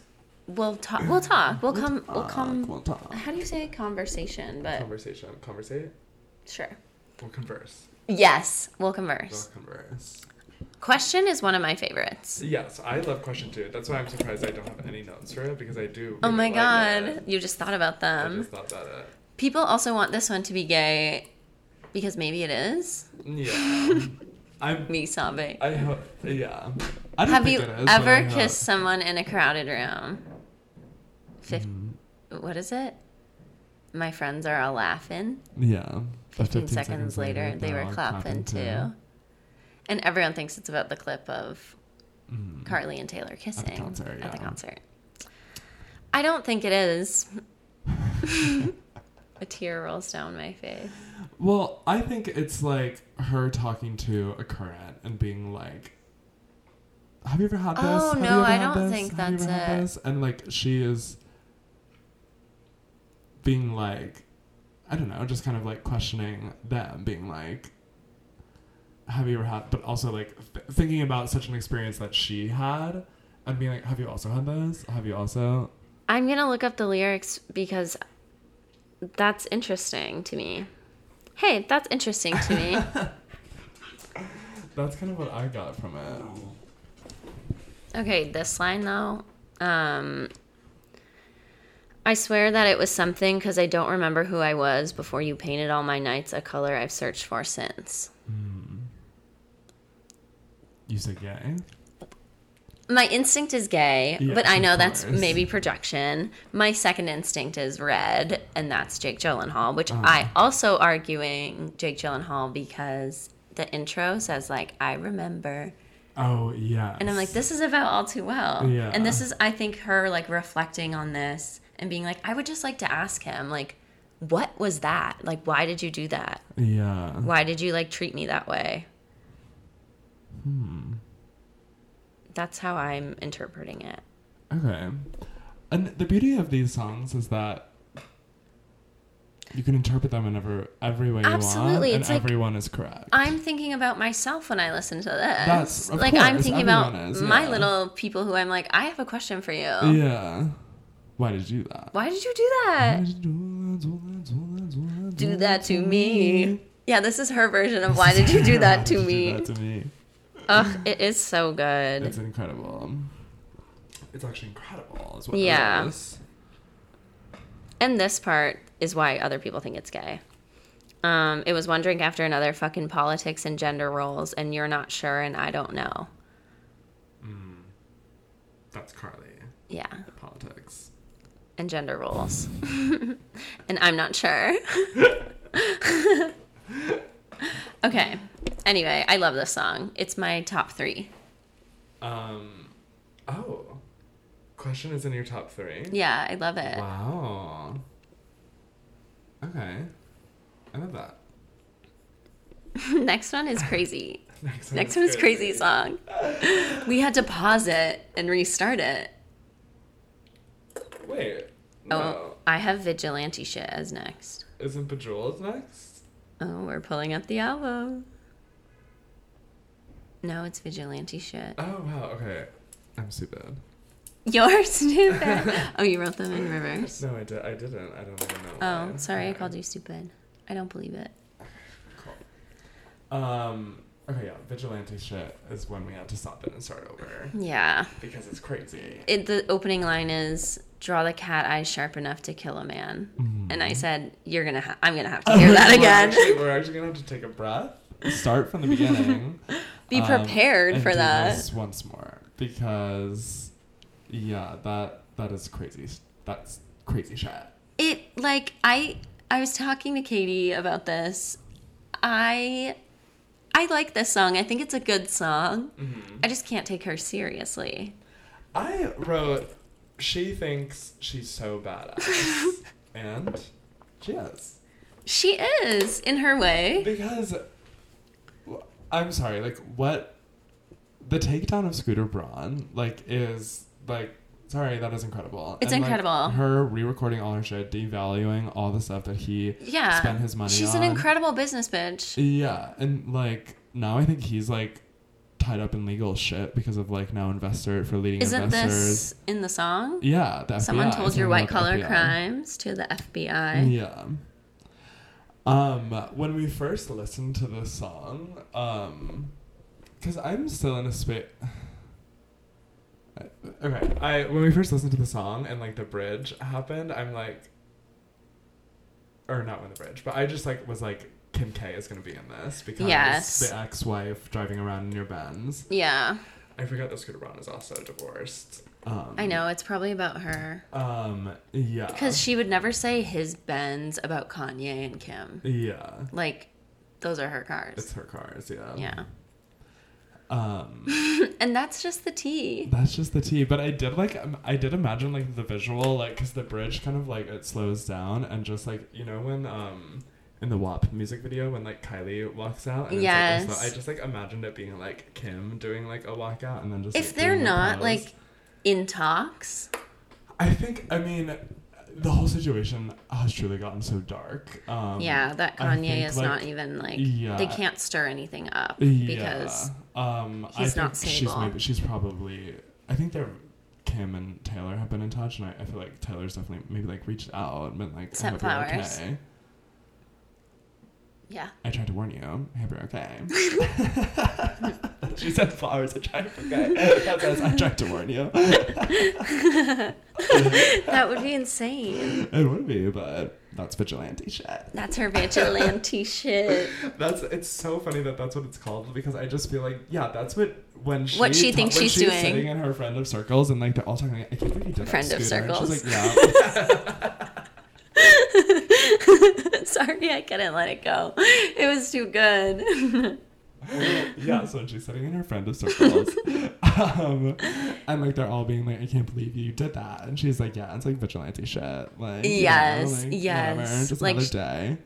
Speaker 2: we'll talk. We'll talk. We'll come. We'll come.
Speaker 1: We'll talk.
Speaker 2: How do you say conversation? But
Speaker 1: Conversation. Conversate.
Speaker 2: sure.
Speaker 1: We'll converse.
Speaker 2: Yes, we'll
Speaker 1: We'll
Speaker 2: converse.
Speaker 1: converse.
Speaker 2: Question is one of my favorites.
Speaker 1: Yes, I love question two. That's why I'm surprised I don't have any notes for it because I do.
Speaker 2: Oh
Speaker 1: really
Speaker 2: my
Speaker 1: like
Speaker 2: god, Um.
Speaker 1: it.
Speaker 2: you just thought about
Speaker 1: I
Speaker 2: them.
Speaker 1: just thought that. It,
Speaker 2: People also want this one to be gay because maybe it is.
Speaker 1: Yeah. I'm.
Speaker 2: Me sobbing.
Speaker 1: I hope. Yeah. I don't
Speaker 2: Have
Speaker 1: think
Speaker 2: you
Speaker 1: it is, but I
Speaker 2: ever
Speaker 1: hope-
Speaker 2: kissed someone in a crowded room? Fif-
Speaker 1: Hmm. Mm,
Speaker 2: What is it? My friends are all laughing.
Speaker 1: Yeah. But
Speaker 2: 15 seconds, later, they
Speaker 1: they're
Speaker 2: were
Speaker 1: all
Speaker 2: clapping too. And everyone thinks it's about the clip of
Speaker 1: Mm.
Speaker 2: Carly and Taylor kissing
Speaker 1: concert,
Speaker 2: at the
Speaker 1: yeah.
Speaker 2: concert. I don't think it is. A tear rolls down my face.
Speaker 1: Well, I think it's like her talking to a current and being like, "Have you ever had this?
Speaker 2: Oh,
Speaker 1: Have you
Speaker 2: no,
Speaker 1: ever
Speaker 2: I
Speaker 1: had
Speaker 2: don't
Speaker 1: this?
Speaker 2: think
Speaker 1: Have you
Speaker 2: that's
Speaker 1: ever had
Speaker 2: it.
Speaker 1: this?" And like she is being like, I don't know, just kind of like questioning them, being like, "Have you ever had?" But also like th- thinking about such an experience that she had and being like, "Have you also had this? Have you also?"
Speaker 2: I'm gonna look up the lyrics because that's interesting to me. Hey, that's interesting to me.
Speaker 1: That's kind of what I got from it.
Speaker 2: Okay, this line though. Um I swear that it was something because I don't remember who I was before you painted all my nights a color I've searched for since.
Speaker 1: You said gay?
Speaker 2: My instinct is gay,
Speaker 1: Yeah,
Speaker 2: but I know
Speaker 1: of
Speaker 2: that's
Speaker 1: course.
Speaker 2: maybe projection. My second instinct is red, and that's Jake Gyllenhaal, which
Speaker 1: Uh-huh.
Speaker 2: I also arguing Jake Gyllenhaal because the intro says like I remember,
Speaker 1: Oh yeah.
Speaker 2: and I'm like this is about all too well,
Speaker 1: Yeah.
Speaker 2: and this is I think her like reflecting on this and being like I would just like to ask him like what was that like why did you do that
Speaker 1: Yeah.
Speaker 2: why did you like treat me that way? Hmm. That's how I'm interpreting it.
Speaker 1: Okay. And the beauty of these songs is that you can interpret them in every, every way you want,
Speaker 2: Absolutely,
Speaker 1: and
Speaker 2: it's like-
Speaker 1: everyone is correct.
Speaker 2: I'm thinking about myself when I listen to this.
Speaker 1: That's- of
Speaker 2: like I'm
Speaker 1: course,
Speaker 2: thinking
Speaker 1: everyone
Speaker 2: about
Speaker 1: is,
Speaker 2: my
Speaker 1: yeah.
Speaker 2: little people who I'm like, I have a question for you.
Speaker 1: yeah. Why did you do that?
Speaker 2: Why did you do that? Uh, Do that to me. Yeah, this is her version of why did you do that to
Speaker 1: Why did you
Speaker 2: me?
Speaker 1: do that to me?
Speaker 2: Ugh, it is so good.
Speaker 1: It's incredible. It's actually incredible. Is what
Speaker 2: Yeah.
Speaker 1: It is.
Speaker 2: And this part is why other people think it's gay. Um, it was one drink after another, fucking politics and gender roles, and you're not sure, and I don't know.
Speaker 1: That's Carly.
Speaker 2: Yeah,
Speaker 1: Politics.
Speaker 2: and gender roles. and I'm not sure. okay. Anyway, I love this song. It's my top three.
Speaker 1: Um. Oh. Question is in your top three.
Speaker 2: Yeah, I love it.
Speaker 1: Wow. Okay. I love that.
Speaker 2: Next one is crazy.
Speaker 1: Next one,
Speaker 2: Next one is crazy song. We had to pause it and restart it.
Speaker 1: Wait.
Speaker 2: Oh,
Speaker 1: No.
Speaker 2: I have vigilante shit as next.
Speaker 1: Isn't Bejeweled next?
Speaker 2: Oh, we're pulling up the album. No, it's vigilante shit.
Speaker 1: Oh wow. Okay. I'm stupid.
Speaker 2: You're stupid. oh, you wrote them in reverse.
Speaker 1: No, I did. I didn't. I don't even know.
Speaker 2: Oh,
Speaker 1: why.
Speaker 2: sorry, I
Speaker 1: Okay.
Speaker 2: called you stupid. I don't believe it.
Speaker 1: Cool. Um. Okay. Yeah. Vigilante shit is when we had to stop it and start over
Speaker 2: Yeah.
Speaker 1: because it's crazy.
Speaker 2: It, the opening line is draw the cat eye sharp enough to kill a man.
Speaker 1: Mm-hmm.
Speaker 2: And I said, you're going to ha- I'm going to have to hear that
Speaker 1: We're
Speaker 2: again.
Speaker 1: actually- we're actually gonna have to take a breath. Start from the beginning.
Speaker 2: Be
Speaker 1: um,
Speaker 2: prepared
Speaker 1: and
Speaker 2: for
Speaker 1: do
Speaker 2: that.
Speaker 1: this once more because yeah that that is crazy that's crazy shit
Speaker 2: It like I I was talking to Katie about this. I I like this song. I think it's a good song. I just can't take her seriously.
Speaker 1: i wrote she thinks she's so badass and she is
Speaker 2: She is in her way.
Speaker 1: because w- i'm sorry like what the takedown of scooter braun like is like sorry that is incredible
Speaker 2: It's
Speaker 1: And, like,
Speaker 2: incredible.
Speaker 1: her re-recording all her shit devaluing all the stuff that he
Speaker 2: Yeah.
Speaker 1: spent his money
Speaker 2: She's
Speaker 1: on
Speaker 2: an incredible business bitch.
Speaker 1: Yeah, and like now I think he's like tied up in legal shit because of like now investor for leading
Speaker 2: Isn't
Speaker 1: investors.
Speaker 2: this in the song?
Speaker 1: Yeah, the
Speaker 2: Someone
Speaker 1: FBI,
Speaker 2: told
Speaker 1: something
Speaker 2: your
Speaker 1: about
Speaker 2: white
Speaker 1: the
Speaker 2: collar
Speaker 1: FBI.
Speaker 2: crimes to the FBI.
Speaker 1: Yeah. Um, when we first listened to this song, um, because I'm still in a space. Okay, I when we first listened to the song and like the bridge happened, I'm like, or not when the bridge, but I just like was like, Kim K is gonna be in this because
Speaker 2: Yes.
Speaker 1: the ex-wife driving around in your Benz.
Speaker 2: Yeah.
Speaker 1: I forgot that Scooter Braun is also divorced. Um,
Speaker 2: I know. It's probably about her.
Speaker 1: Um, yeah,
Speaker 2: Because she would never say his Benz about Kanye and Kim.
Speaker 1: yeah,
Speaker 2: Like, those are her
Speaker 1: it's
Speaker 2: cars.
Speaker 1: her cars.
Speaker 2: Yeah.
Speaker 1: Um,
Speaker 2: And that's just the tea.
Speaker 1: that's just the tea. But I did like um, I did imagine like the visual, like because the bridge kind of like it slows down and just like you know when um in the WAP music video when like Kylie walks out. And It's, like,
Speaker 2: Yes.
Speaker 1: slow- I just like imagined it being like Kim doing like a walkout and then just.
Speaker 2: If
Speaker 1: like,
Speaker 2: they're
Speaker 1: doing her
Speaker 2: not,
Speaker 1: pose.
Speaker 2: like, in talks,
Speaker 1: I think I mean. The whole situation has truly gotten so dark. Um,
Speaker 2: yeah, that
Speaker 1: I
Speaker 2: Kanye
Speaker 1: think,
Speaker 2: is
Speaker 1: like,
Speaker 2: not even, like,
Speaker 1: yeah.
Speaker 2: they can't stir anything up because
Speaker 1: yeah. um,
Speaker 2: he's
Speaker 1: I
Speaker 2: not
Speaker 1: think She's
Speaker 2: stable.
Speaker 1: maybe she's probably. I think they're Kim and Taylor have been in touch, and I, I feel like Taylor's definitely maybe like reached out and been like I
Speaker 2: Sent
Speaker 1: hope you're
Speaker 2: flowers.
Speaker 1: Okay.
Speaker 2: Yeah.
Speaker 1: I tried to warn you. I hope you're okay. she said flowers. I tried to okay. That says, I tried to warn you.
Speaker 2: That would be insane.
Speaker 1: It would be, but that's vigilante shit.
Speaker 2: That's her vigilante shit.
Speaker 1: That's it's so funny that that's what it's called because I just feel like yeah that's what when she
Speaker 2: What she thinks
Speaker 1: when
Speaker 2: she's doing.
Speaker 1: sitting in her friend of circles and like they're all talking like, I can't believe you did that,
Speaker 2: Friend of
Speaker 1: Scooter." And
Speaker 2: circles.
Speaker 1: she's like yeah
Speaker 2: Sorry, I couldn't let it go. It was too good.
Speaker 1: yeah so she's sitting in her friend of circles um, and like they're all being like I can't believe you did that and she's like yeah it's like vigilante shit like you know,
Speaker 2: Yes,
Speaker 1: like,
Speaker 2: yes.
Speaker 1: whatever, just
Speaker 2: Like
Speaker 1: another
Speaker 2: sh-
Speaker 1: day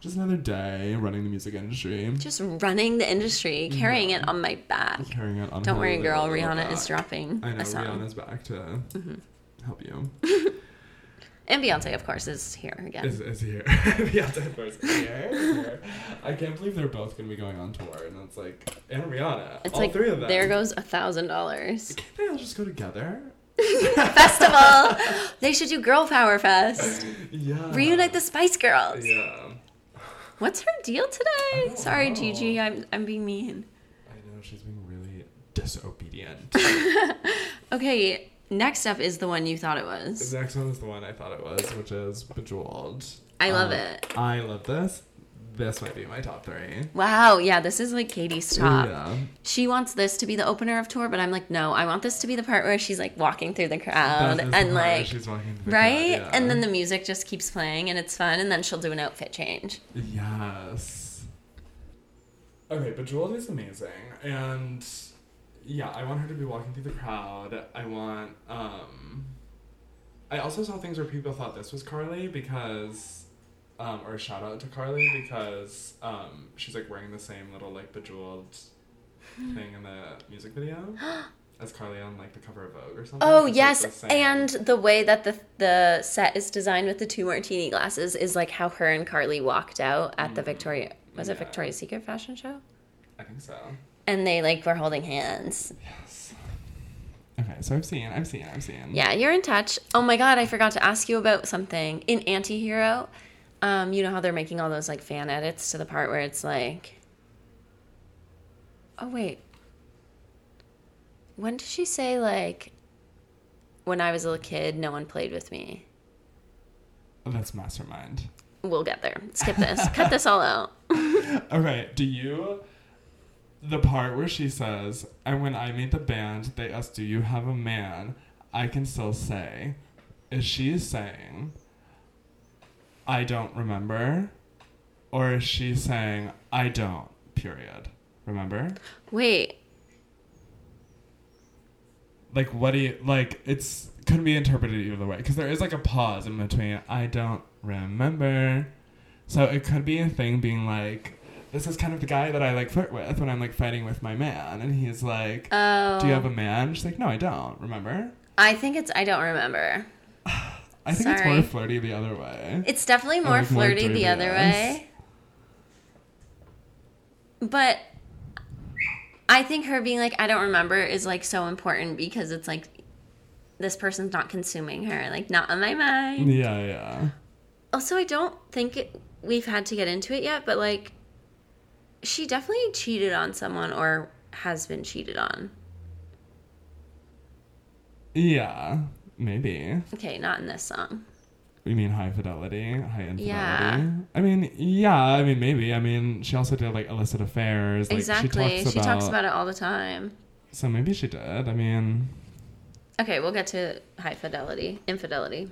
Speaker 1: just another day running the music industry
Speaker 2: Just running the industry, carrying it on my back.
Speaker 1: carrying it on
Speaker 2: Don't
Speaker 1: her
Speaker 2: worry,
Speaker 1: little,
Speaker 2: girl.
Speaker 1: little
Speaker 2: Rihanna
Speaker 1: back.
Speaker 2: is dropping
Speaker 1: I know
Speaker 2: a song. Mm-hmm.
Speaker 1: Rihanna's back to help you
Speaker 2: And Beyonce, of course, is here again.
Speaker 1: is, is here. Beyonce first. Here, here. I can't believe they're both gonna be going on tour, and it's like and Rihanna.
Speaker 2: it's
Speaker 1: all
Speaker 2: like
Speaker 1: three of them.
Speaker 2: there goes a thousand dollars.
Speaker 1: Can't they all just go together?
Speaker 2: Festival. they should do Girl Power Fest.
Speaker 1: Yeah.
Speaker 2: Reunite the Spice Girls.
Speaker 1: Yeah.
Speaker 2: What's her deal
Speaker 1: I
Speaker 2: today?
Speaker 1: don't
Speaker 2: Sorry,
Speaker 1: know.
Speaker 2: Gigi. I'm I'm being mean.
Speaker 1: I know she's being really disobedient.
Speaker 2: Okay. Next up is the one you thought it was.
Speaker 1: the next one is the one I thought it was, which is Bejeweled. Um,
Speaker 2: I love
Speaker 1: Oh.
Speaker 2: it.
Speaker 1: I love this. This might be my top three.
Speaker 2: Wow. Yeah. This is like Katie's top.
Speaker 1: Yeah.
Speaker 2: She wants this to be the opener of tour, but I'm like, no. I want this to be the part where she's like walking through the crowd
Speaker 1: That is the part
Speaker 2: and
Speaker 1: where
Speaker 2: like.
Speaker 1: she's walking through the crowd,
Speaker 2: Right?
Speaker 1: yeah.
Speaker 2: And then the music just keeps playing and it's fun, and then she'll do an outfit change.
Speaker 1: Yes. Okay, Bejeweled is amazing, and yeah, I want her to be walking through the crowd. I want. um I also saw things where people thought this was Carly because, um, or a shout out to Carly because um, she's like wearing the same little like Bejeweled thing in the music video as Carly on like the cover of Vogue or something.
Speaker 2: Oh,
Speaker 1: It's, like,
Speaker 2: yes.
Speaker 1: the same-
Speaker 2: and the way that the the set is designed with the two martini glasses is like how her and Carly walked out at the Victoria was it
Speaker 1: Mm. Yeah.
Speaker 2: Victoria's Secret fashion show?
Speaker 1: I think so.
Speaker 2: And they like were holding hands.
Speaker 1: Yes. Okay, so I've seen, I've seen, I've seen.
Speaker 2: Yeah, you're in touch. Oh my god, I forgot to ask you about something. In Antihero, um, you know how they're making all those like fan edits to the part where it's like Oh wait. When did she say like when I was a little kid, no one played with me?
Speaker 1: That's Mastermind.
Speaker 2: We'll get there. Skip this. Cut this all out.
Speaker 1: Okay, do you the part where she says, and when I made the band, they asked, Do you have a man? I can still say, is she saying I don't remember? Or is she saying I don't, period. Remember?
Speaker 2: Wait.
Speaker 1: Like what do you like it's couldn't be interpreted either way because there is like a pause in between I don't remember. So it could be a thing being like this is kind of the guy that I like flirt with when I'm like fighting with my man and he's like
Speaker 2: Oh.
Speaker 1: do you have a man? She's like no I don't. Remember?
Speaker 2: I think it's I don't remember.
Speaker 1: I think it's
Speaker 2: Sorry.
Speaker 1: more flirty the other way.
Speaker 2: It's definitely more
Speaker 1: like more
Speaker 2: flirty the other
Speaker 1: dubious.
Speaker 2: way. But I think her being like I don't remember is like so important because it's like this person's not consuming her, like not on my mind.
Speaker 1: yeah, yeah.
Speaker 2: Also, I don't think it, we've had to get into it yet, but like she definitely cheated on someone or has been cheated on. Yeah.
Speaker 1: Maybe.
Speaker 2: Okay, not in this song.
Speaker 1: You mean high fidelity, high infidelity?
Speaker 2: Yeah.
Speaker 1: I mean, yeah, I mean maybe. I mean, she also did like illicit affairs. Like,
Speaker 2: exactly.
Speaker 1: She
Speaker 2: She
Speaker 1: talks, about,
Speaker 2: it all the time.
Speaker 1: So maybe she did. I mean,
Speaker 2: Okay, we'll get to high fidelity, infidelity.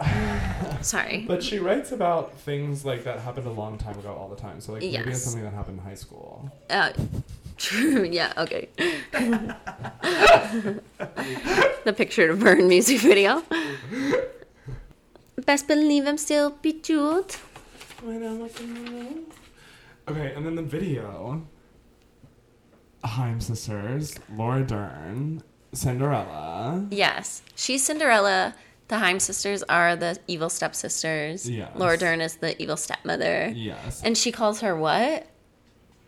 Speaker 2: Sorry.
Speaker 1: But she writes about things like that happened a long time ago all the time. So like maybe
Speaker 2: Yes.
Speaker 1: it's something that happened in high school.
Speaker 2: Uh, true. Yeah. Okay. the picture to burn music video. Best believe I'm still bejeweled.
Speaker 1: Okay, and then the video. Heim sisters, Laura Dern, Cinderella.
Speaker 2: Yes, she's Cinderella. The Heim sisters are the evil stepsisters.
Speaker 1: Yes.
Speaker 2: Laura Dern is the evil stepmother.
Speaker 1: Yes,
Speaker 2: And she calls her what?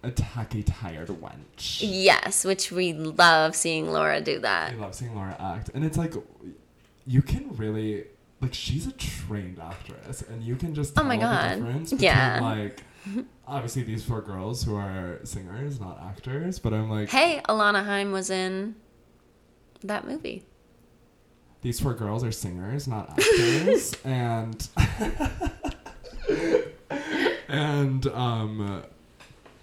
Speaker 1: a tacky tired wench.
Speaker 2: Yes, which we love seeing Laura do that.
Speaker 1: I love seeing Laura act, and it's like you can really like she's a trained actress, and you can just
Speaker 2: Oh
Speaker 1: tell
Speaker 2: my God.
Speaker 1: the difference between
Speaker 2: Yeah.
Speaker 1: like obviously these four girls who are singers, not actors. But I'm like
Speaker 2: Hey, Alana Heim was in that movie.
Speaker 1: these four girls are singers, not actors, and and um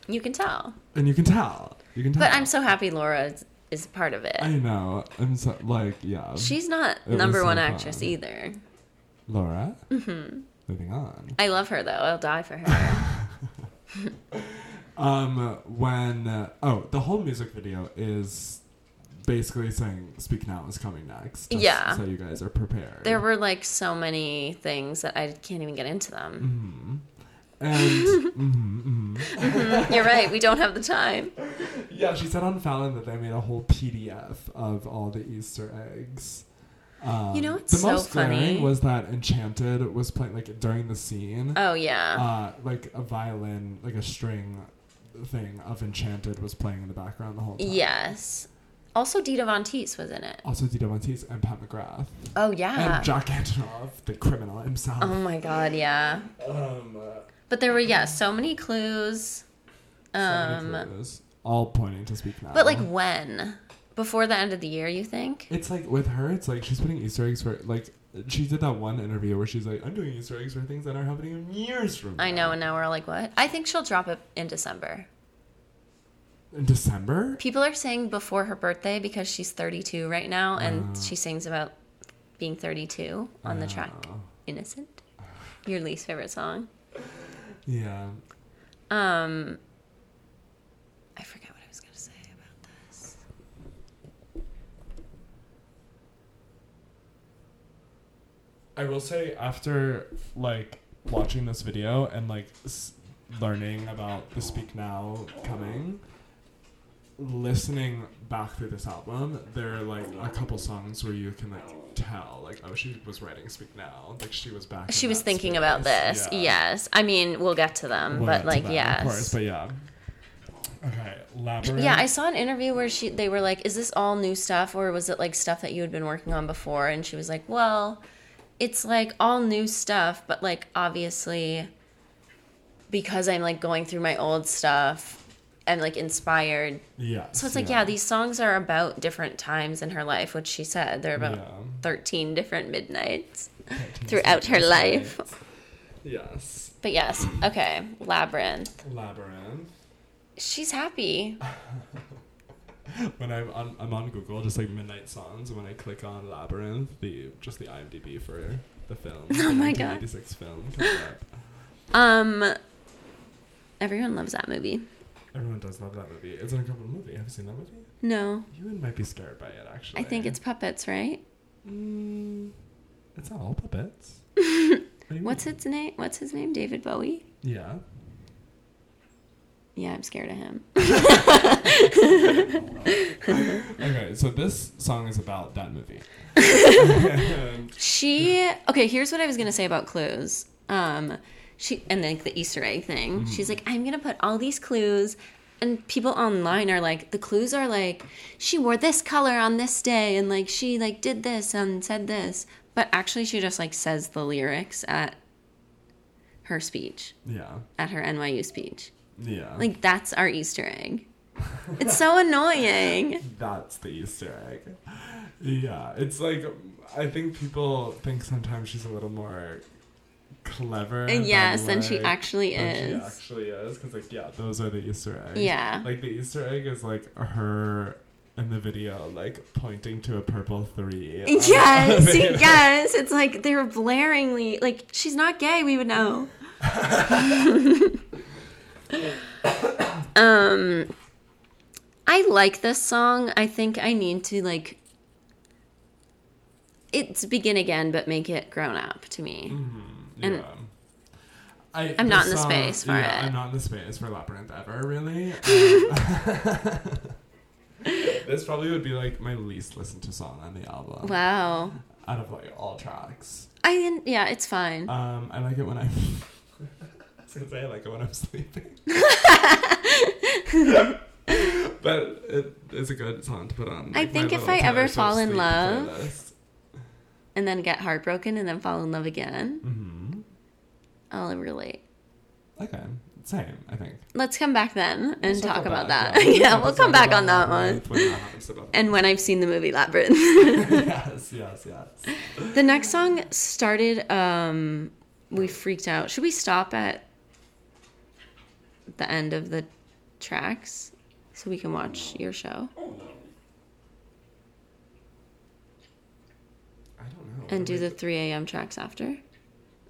Speaker 2: You can tell.
Speaker 1: and you can tell, you can tell.
Speaker 2: But I'm so happy Laura is, is part of it.
Speaker 1: I know. I'm so like yeah.
Speaker 2: She's not
Speaker 1: It was
Speaker 2: number
Speaker 1: so
Speaker 2: one
Speaker 1: fun.
Speaker 2: actress either.
Speaker 1: Laura. Mm-hmm. Moving on.
Speaker 2: I love her though. I'll die for her.
Speaker 1: Um, when uh, oh, the whole music video is basically saying "Speak Now" is coming next. just
Speaker 2: Yeah.
Speaker 1: so you guys are prepared.
Speaker 2: there were like so many things that I can't even get into them.
Speaker 1: Mm-hmm. and mhm, mhm.
Speaker 2: Mm-hmm. You're right. We don't have the time.
Speaker 1: yeah, she said on Fallon that they made a whole PDF of all the Easter eggs. Um,
Speaker 2: You know what's
Speaker 1: the
Speaker 2: so
Speaker 1: most glaring
Speaker 2: funny?
Speaker 1: was that Enchanted was playing like during the scene.
Speaker 2: Oh yeah.
Speaker 1: uh, like a violin, like a string thing of Enchanted was playing in the background the whole time.
Speaker 2: yes. Also, Dita Von Teese was in it.
Speaker 1: Also, Dita Montes and Pat McGrath
Speaker 2: Oh yeah.
Speaker 1: and Jack Antonoff, the criminal himself.
Speaker 2: Oh my god. Yeah.
Speaker 1: um, uh,
Speaker 2: But there were yeah so many clues.
Speaker 1: so many
Speaker 2: Um.
Speaker 1: clues, all pointing to Speak Now.
Speaker 2: But like when? Before the end of the year, you think?
Speaker 1: it's like with her, it's like she's putting Easter eggs for like she did that one interview where she's like, "I'm doing Easter eggs for things that are happening in years from now."
Speaker 2: I know, and now we're like, what? I think she'll drop it in December.
Speaker 1: in December.
Speaker 2: People are saying before her birthday because she's 32 right now, and
Speaker 1: Oh.
Speaker 2: she sings about being 32 on the track
Speaker 1: Oh.
Speaker 2: "Innocent," your least favorite song.
Speaker 1: Yeah.
Speaker 2: Um, I forget what I was gonna say about this.
Speaker 1: I will say after like watching this video and like s- learning about the Speak Now coming, listening back through this album, there are like a couple songs where you can like tell like oh she was writing Speak Now like she was back. in
Speaker 2: She was
Speaker 1: that
Speaker 2: thinking
Speaker 1: space.
Speaker 2: about this.
Speaker 1: Yeah.
Speaker 2: Yes, I mean we'll get to them,
Speaker 1: We'll get
Speaker 2: but
Speaker 1: to
Speaker 2: like
Speaker 1: that,
Speaker 2: yes,
Speaker 1: of course, but yeah. Okay, labyrinth.
Speaker 2: Yeah, I saw an interview where she they were like, "Is this all new stuff, or was it like stuff that you had been working on before?" And she was like, "Well, it's like all new stuff, but like obviously, because I'm like going through my old stuff, I'm like inspired."
Speaker 1: Yes,
Speaker 2: So it's like, yeah, these songs are about different times in her life, which she said they're about
Speaker 1: Yeah.
Speaker 2: thirteen different midnights.
Speaker 1: Thirteen
Speaker 2: throughout her
Speaker 1: seconds.
Speaker 2: life.
Speaker 1: Yes,
Speaker 2: But yes, okay, labyrinth.
Speaker 1: labyrinth.
Speaker 2: She's happy.
Speaker 1: when I'm on, I'm on Google, just like midnight songs. and When I click on Labyrinth, the just the IMDb for the film.
Speaker 2: Oh my
Speaker 1: the
Speaker 2: God.
Speaker 1: 1986 film comes up.
Speaker 2: Um, everyone loves that movie.
Speaker 1: Everyone does love that movie. It's an incredible movie. Have you seen that movie?
Speaker 2: No,
Speaker 1: You might be scared by it, actually.
Speaker 2: I think it's puppets, right?
Speaker 1: Mm, it's not all puppets. What do you
Speaker 2: What's
Speaker 1: mean?
Speaker 2: its name? What's his name? David Bowie.
Speaker 1: Yeah.
Speaker 2: Yeah, I'm scared of him.
Speaker 1: Okay, so this song is about that movie. And-
Speaker 2: She okay. Here's what I was gonna say about clues. Um, she and like the Easter egg thing. She's like, I'm gonna put all these clues, and people online are like, the clues are like, she wore this color on this day, and like she like did this and said this, but actually she just like says the lyrics at her speech,
Speaker 1: yeah.
Speaker 2: at her NYU speech.
Speaker 1: Yeah.
Speaker 2: Like that's our Easter egg. It's so annoying.
Speaker 1: That's the Easter egg. Yeah, it's like I think people think sometimes she's a little more clever. than,
Speaker 2: yes, and she
Speaker 1: like,
Speaker 2: actually
Speaker 1: than
Speaker 2: is.
Speaker 1: She actually is because like yeah, those are the Easter eggs.
Speaker 2: Yeah.
Speaker 1: like the Easter egg is like her in the video, like pointing to a purple three.
Speaker 2: Yes, yes. It's like they were blaringly like she's not gay. We would know. um, I like this song. I think I need to like. It's begin again, but make it grown up to me. and-
Speaker 1: Mm-hmm. yeah. I,
Speaker 2: I'm not
Speaker 1: this uh,
Speaker 2: in the space for
Speaker 1: yeah,
Speaker 2: it.
Speaker 1: I'm not in the space for Labyrinth ever, really. Um, this probably would be like my least listened to song on the album.
Speaker 2: Wow.
Speaker 1: out of like all tracks.
Speaker 2: I didn't- yeah, it's fine.
Speaker 1: Um, I like it when I'm. I was gonna say I like it when I'm sleeping. but it is a good song to put on.
Speaker 2: I
Speaker 1: like, my
Speaker 2: think if
Speaker 1: little
Speaker 2: I ever
Speaker 1: Taylor Swift
Speaker 2: fall in
Speaker 1: sleep
Speaker 2: love-
Speaker 1: playlist.
Speaker 2: and then get heartbroken and then fall in love again.
Speaker 1: Mm-hmm.
Speaker 2: I'll relate.
Speaker 1: Okay. Same, I think.
Speaker 2: Let's come back then and
Speaker 1: Circle
Speaker 2: talk about
Speaker 1: back,
Speaker 2: that. Yeah, we'll
Speaker 1: Let's
Speaker 2: come
Speaker 1: talk
Speaker 2: back on that
Speaker 1: about
Speaker 2: one.
Speaker 1: Labyrinth when that happens to both.
Speaker 2: And when I've seen the movie Labyrinth.
Speaker 1: yes, yes, yes.
Speaker 2: the next song started um we freaked out. Should we stop at the end of the tracks so we can watch your show
Speaker 1: I don't know.
Speaker 2: and
Speaker 1: What
Speaker 2: do
Speaker 1: we-
Speaker 2: the 3 a.m. tracks after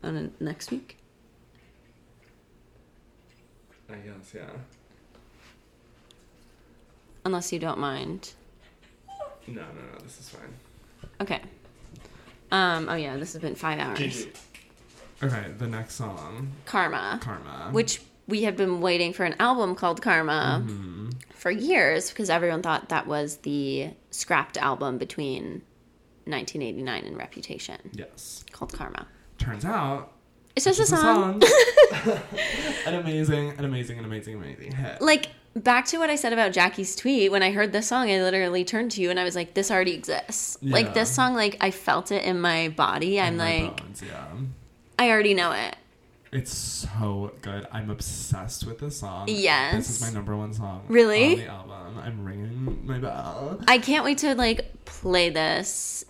Speaker 2: on a, next week?
Speaker 1: I guess, yeah.
Speaker 2: Unless you don't mind.
Speaker 1: No, no, no. This is fine.
Speaker 2: Okay. Um oh yeah, this has been 5 hours.
Speaker 1: Okay, the next song,
Speaker 2: Karma.
Speaker 1: Karma.
Speaker 2: which we have been waiting for an album called Karma
Speaker 1: Mm-hmm.
Speaker 2: for years because everyone thought that was the scrapped album between 1989 and Reputation
Speaker 1: Yes.
Speaker 2: called Karma.
Speaker 1: Turns out
Speaker 2: It's just a
Speaker 1: it's a
Speaker 2: song.
Speaker 1: song. an amazing, an amazing, an amazing, amazing hit.
Speaker 2: Like back to what I said about Jackie's tweet, when I heard this song, I literally turned to you and I was like, this already exists.
Speaker 1: Yeah.
Speaker 2: Like this song, like I felt it in my body. I'm
Speaker 1: In my
Speaker 2: like,
Speaker 1: bones, yeah.
Speaker 2: I already know it.
Speaker 1: It's so good. I'm obsessed with this song. This
Speaker 2: Yes.
Speaker 1: is my number one song.
Speaker 2: Really?
Speaker 1: On the album. I'm ringing my bell.
Speaker 2: I can't wait to like play this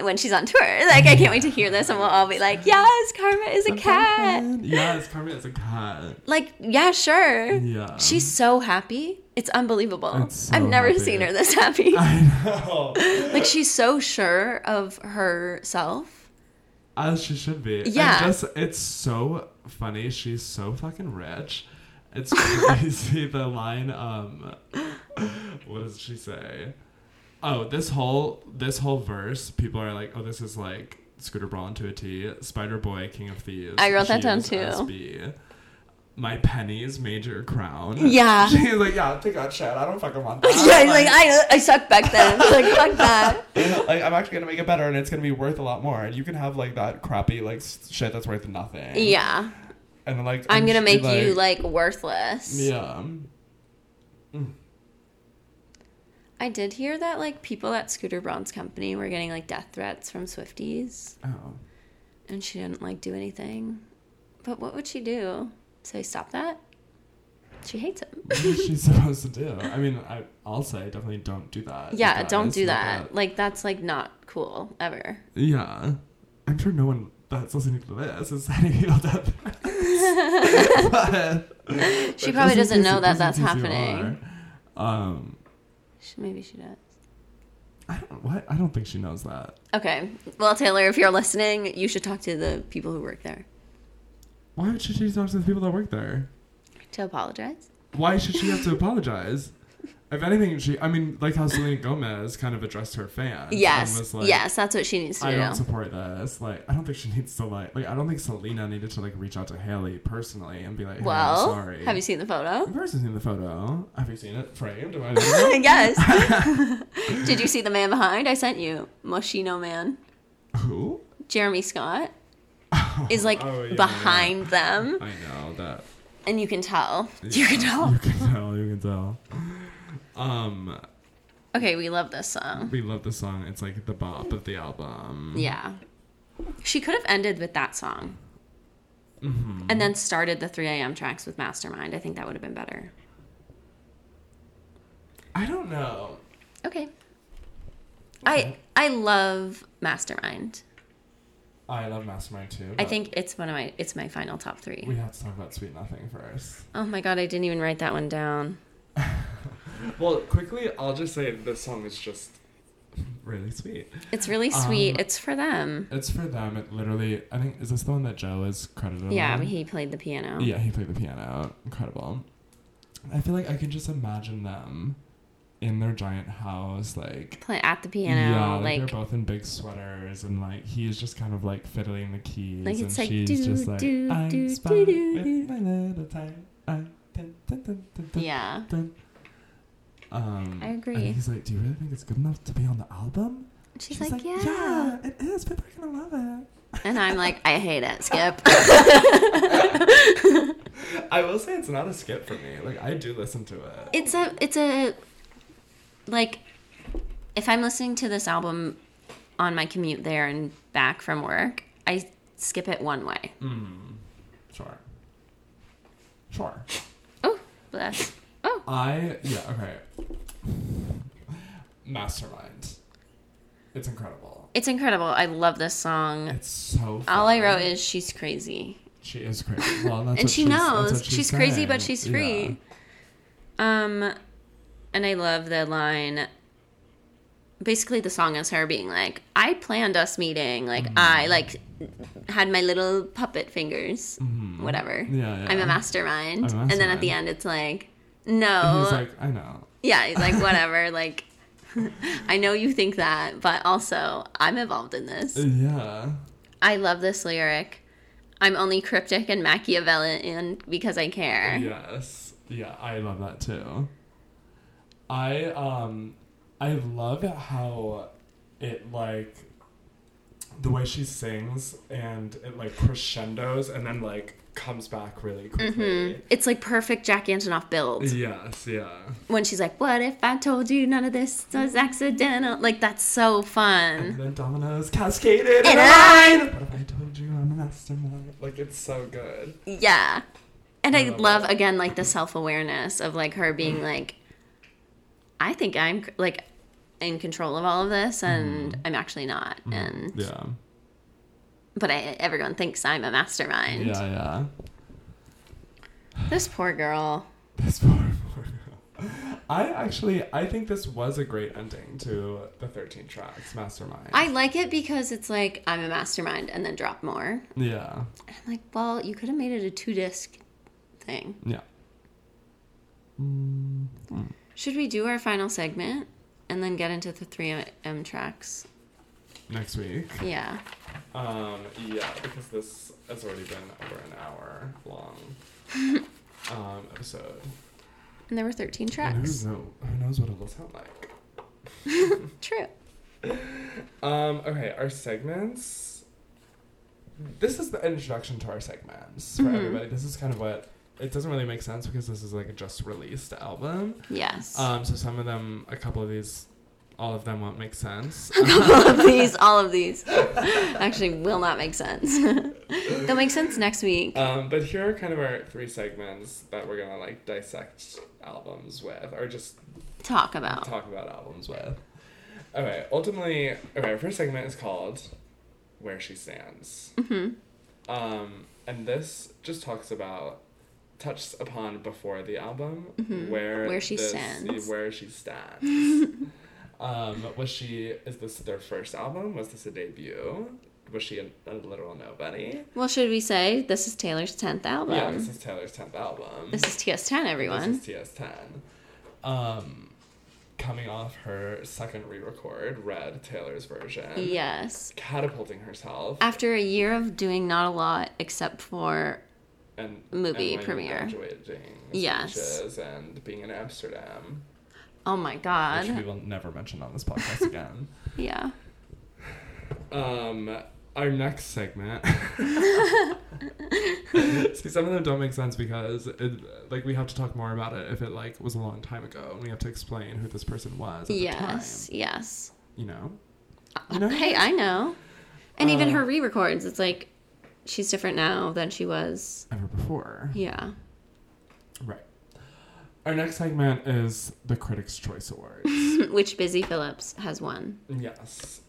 Speaker 2: when she's on tour. Like I can't wait to hear this and we'll all be like, "Yes, Karma is a cat."
Speaker 1: Yes, Karma is a cat.
Speaker 2: Like, yeah, sure.
Speaker 1: Yeah.
Speaker 2: She's so happy. It's unbelievable.
Speaker 1: It's so
Speaker 2: I've never
Speaker 1: happy.
Speaker 2: seen her this happy.
Speaker 1: I know.
Speaker 2: like she's so sure of herself.
Speaker 1: As she should be. And
Speaker 2: Yeah.
Speaker 1: just it's so funny. She's so fucking rich. It's crazy the line um what does she say? Oh, this whole this whole verse, people are like, Oh, this is like Scooter Braun to a T, Spider Boy, King of Thieves.
Speaker 2: I wrote that down
Speaker 1: Hughes,
Speaker 2: too.
Speaker 1: SB, My pennies, major crown.
Speaker 2: Yeah.
Speaker 1: She's like, yeah, take that shit. I don't fucking want that.
Speaker 2: yeah, like I I sucked back then. like fuck that.
Speaker 1: like I'm actually gonna make it better, and it's gonna be worth a lot more. And you can have like that crappy like s- shit that's worth nothing.
Speaker 2: Yeah.
Speaker 1: And like
Speaker 2: I'm going to
Speaker 1: she,
Speaker 2: make you like worthless.
Speaker 1: yeah.
Speaker 2: I did hear that like people at Scooter Braun's company were getting like death threats from Swifties.
Speaker 1: Oh,
Speaker 2: and she didn't like do anything. But what would she do? Say stop that? She hates him.
Speaker 1: what is she supposed to do? I mean, I I'll say definitely don't do that.
Speaker 2: yeah,
Speaker 1: you
Speaker 2: don't
Speaker 1: guys.
Speaker 2: do
Speaker 1: Not
Speaker 2: that. Like that's like not cool ever.
Speaker 1: Yeah, I'm sure no one that's listening to this is sending people death threats. But-
Speaker 2: She probably
Speaker 1: just in
Speaker 2: doesn't know
Speaker 1: case-
Speaker 2: that
Speaker 1: just in case
Speaker 2: that's
Speaker 1: you
Speaker 2: happening.
Speaker 1: are. Um,
Speaker 2: She, maybe she does.
Speaker 1: I don't. What? I don't think she knows that.
Speaker 2: Okay. Well, Taylor, if you're listening, you should talk to the people who work there
Speaker 1: Why would she talk to the people that work there?
Speaker 2: to apologize.
Speaker 1: why should she have to apologize? If anything, she, I mean, like how Selena Gomez kind of addressed her fans. and
Speaker 2: Yes.
Speaker 1: was like,
Speaker 2: yes, that's what she needs to
Speaker 1: I
Speaker 2: do.
Speaker 1: don't support this. Like, I don't think she needs to, like, like I don't think Selena needed to, like, reach out to Haley personally and be like, hey, I'm
Speaker 2: well,
Speaker 1: sorry.
Speaker 2: have you seen the photo?
Speaker 1: I've already seen the photo. Have you seen it framed? Am I there?
Speaker 2: yes. Did you see the man behind? I sent you. Moschino man.
Speaker 1: Who?
Speaker 2: Jeremy Scott is like
Speaker 1: oh, yeah,
Speaker 2: behind them.
Speaker 1: I know that.
Speaker 2: and you can tell. You can
Speaker 1: You
Speaker 2: tell.
Speaker 1: can tell. You can tell. Um,
Speaker 2: Okay, we love this song.
Speaker 1: we love the song. It's like the bop of the album.
Speaker 2: Yeah. She could have ended with that song. And then started the 3 a.m. tracks with Mastermind. I think that would have been better.
Speaker 1: I don't know.
Speaker 2: Okay. I I love Mastermind.
Speaker 1: I love Mastermind too.
Speaker 2: I
Speaker 1: but-
Speaker 2: think it's one of my it's my final top
Speaker 1: We
Speaker 2: three.
Speaker 1: have to talk about Sweet Nothing first.
Speaker 2: Oh my god, I didn't even write that one down.
Speaker 1: Well, quickly, I'll just say this song is just really sweet.
Speaker 2: It's really sweet.
Speaker 1: Um,
Speaker 2: it's for them.
Speaker 1: It's for them. It literally, I think, is this the one that Joe is credited
Speaker 2: Yeah,
Speaker 1: on?
Speaker 2: he played the piano.
Speaker 1: Uh-huh. Yeah, he played the piano. Incredible. I feel like I can just imagine them in their giant house, like.
Speaker 2: Play at the piano.
Speaker 1: yeah, like,
Speaker 2: like
Speaker 1: they're both in big sweaters, and like he's just kind of like fiddling the keys,
Speaker 2: Like,
Speaker 1: and
Speaker 2: it's like,
Speaker 1: she's
Speaker 2: do,
Speaker 1: just like,
Speaker 2: do,
Speaker 1: I'm
Speaker 2: do, do,
Speaker 1: spy
Speaker 2: do,
Speaker 1: with
Speaker 2: do."
Speaker 1: my little time. I, dun, dun, dun, dun, dun,
Speaker 2: yeah.
Speaker 1: Dun. Um,
Speaker 2: I agree.
Speaker 1: And he's like, "Do you really think it's good enough to be on the album?"
Speaker 2: She's, like, yeah.
Speaker 1: "Yeah, it is. People are gonna love
Speaker 2: And I'm like, I hate it, Skip.
Speaker 1: it." I will say it's not a skip for me. Like I do listen to it.
Speaker 2: it's a it's a like if I'm listening to this album on my commute there and back from work, I skip it one way.
Speaker 1: Mm. Sure. Sure.
Speaker 2: Oh, bless. Oh,
Speaker 1: I yeah okay. Mastermind. It's incredible.
Speaker 2: it's incredible. I love this song.
Speaker 1: It's so.
Speaker 2: All I
Speaker 1: fun.
Speaker 2: wrote is she's crazy.
Speaker 1: She is crazy. Well, that's
Speaker 2: and
Speaker 1: what
Speaker 2: she
Speaker 1: she's-
Speaker 2: knows
Speaker 1: that's
Speaker 2: she's,
Speaker 1: what she's,
Speaker 2: crazy, but
Speaker 1: saying.
Speaker 2: she's free. Um, and I love the line. Basically, the song is her being like, "I planned us meeting. Like
Speaker 1: Mm-hmm.
Speaker 2: I like had my little puppet fingers, whatever.
Speaker 1: Mm-hmm. Yeah,
Speaker 2: I'm
Speaker 1: yeah.
Speaker 2: a mastermind."
Speaker 1: I'm a
Speaker 2: And then at the
Speaker 1: mastermind.
Speaker 2: end, it's like,
Speaker 1: Yeah.
Speaker 2: "No,
Speaker 1: He's like, I know.
Speaker 2: yeah, he's like, whatever. like, I know you think that, but also I'm involved in this.
Speaker 1: Yeah.
Speaker 2: I love this lyric. I'm only cryptic and Machiavellian because I care.
Speaker 1: Yes. Yeah, I love that too. I um I love how it like the way she sings and it like crescendos and then like comes back really quickly.
Speaker 2: It's like perfect Jack Antonoff build.
Speaker 1: Yes, yeah.
Speaker 2: When she's like, What if I told you none of this was accidental? Like, that's so
Speaker 1: And
Speaker 2: fun.
Speaker 1: then dominoes cascaded in
Speaker 2: And
Speaker 1: a
Speaker 2: I-
Speaker 1: line. What if I told you I'm a mastermind? Like it's so good.
Speaker 2: Yeah. And I
Speaker 1: love Mm-hmm.
Speaker 2: love, again, like the self awareness of like her being like, I think I'm like in control of all of this and I'm actually not. And
Speaker 1: Mm-hmm. Yeah.
Speaker 2: but I, everyone thinks I'm a mastermind.
Speaker 1: Yeah, yeah.
Speaker 2: This poor girl.
Speaker 1: This poor, poor girl. I actually, I think this was a great ending to the 13 tracks Mastermind.
Speaker 2: I like it because it's like I'm a mastermind and then drop more.
Speaker 1: yeah,
Speaker 2: And I'm like, well, you could have made it a two disc thing.
Speaker 1: yeah. Mm,
Speaker 2: Should we do our final segment and then get into the three M tracks?
Speaker 1: Next week.
Speaker 2: Yeah.
Speaker 1: Um, yeah, because this has already been over an hour long um, episode.
Speaker 2: And there were 13
Speaker 1: And who,
Speaker 2: tracks.
Speaker 1: know, who knows what it'll sound like?
Speaker 2: True.
Speaker 1: Um, okay, our segments. This is the introduction to our segments for
Speaker 2: Mhm.
Speaker 1: everybody. This is kind of what it doesn't really make sense because this is like a just released album.
Speaker 2: Yes.
Speaker 1: Um, so some of them, a couple of these, all of them won't make sense.
Speaker 2: a couple of these, all of these actually will not make sense. They'll make sense next week.
Speaker 1: um, but here are kind of our three segments that we're gonna like dissect albums with, or just
Speaker 2: Talk about.
Speaker 1: talk about albums with. Okay, ultimately, okay, our first segment is called "Where She Stands,"
Speaker 2: Mhm.
Speaker 1: um, and this just talks about touches upon before the album where
Speaker 2: Mm-hmm. Where she
Speaker 1: this-
Speaker 2: stands.
Speaker 1: where she stands. um, was she? Is this their first album? Was this a debut? Was she a, a literal nobody?
Speaker 2: Well, should we say this is Taylor's 10th album?
Speaker 1: yeah, this is Taylor's tenth album.
Speaker 2: This is TS10, everyone.
Speaker 1: This is TS10. Um, coming off her second re-record, Red Taylor's version.
Speaker 2: yes.
Speaker 1: Catapulting herself
Speaker 2: After a year of doing not a lot except for
Speaker 1: and
Speaker 2: movie
Speaker 1: and when
Speaker 2: premiere.
Speaker 1: graduating
Speaker 2: Yes.
Speaker 1: speeches and being in Amsterdam,
Speaker 2: oh my
Speaker 1: which we
Speaker 2: god.
Speaker 1: will never mention on this podcast again.
Speaker 2: Yeah.
Speaker 1: Um, our next segment. See, some of them don't make sense because, it, like, we have to talk more about it if it like was a long time ago, and we have to explain who this person was. At
Speaker 2: Yes.
Speaker 1: The time,
Speaker 2: Yes.
Speaker 1: you know. You know.
Speaker 2: Hey, I know. And even
Speaker 1: Uh,
Speaker 2: her re-records, it's like she's different now than she was.
Speaker 1: Ever before.
Speaker 2: Yeah.
Speaker 1: Right. Our next segment is the Critics' Choice Awards.
Speaker 2: Which Busy Phillips has won.
Speaker 1: yes.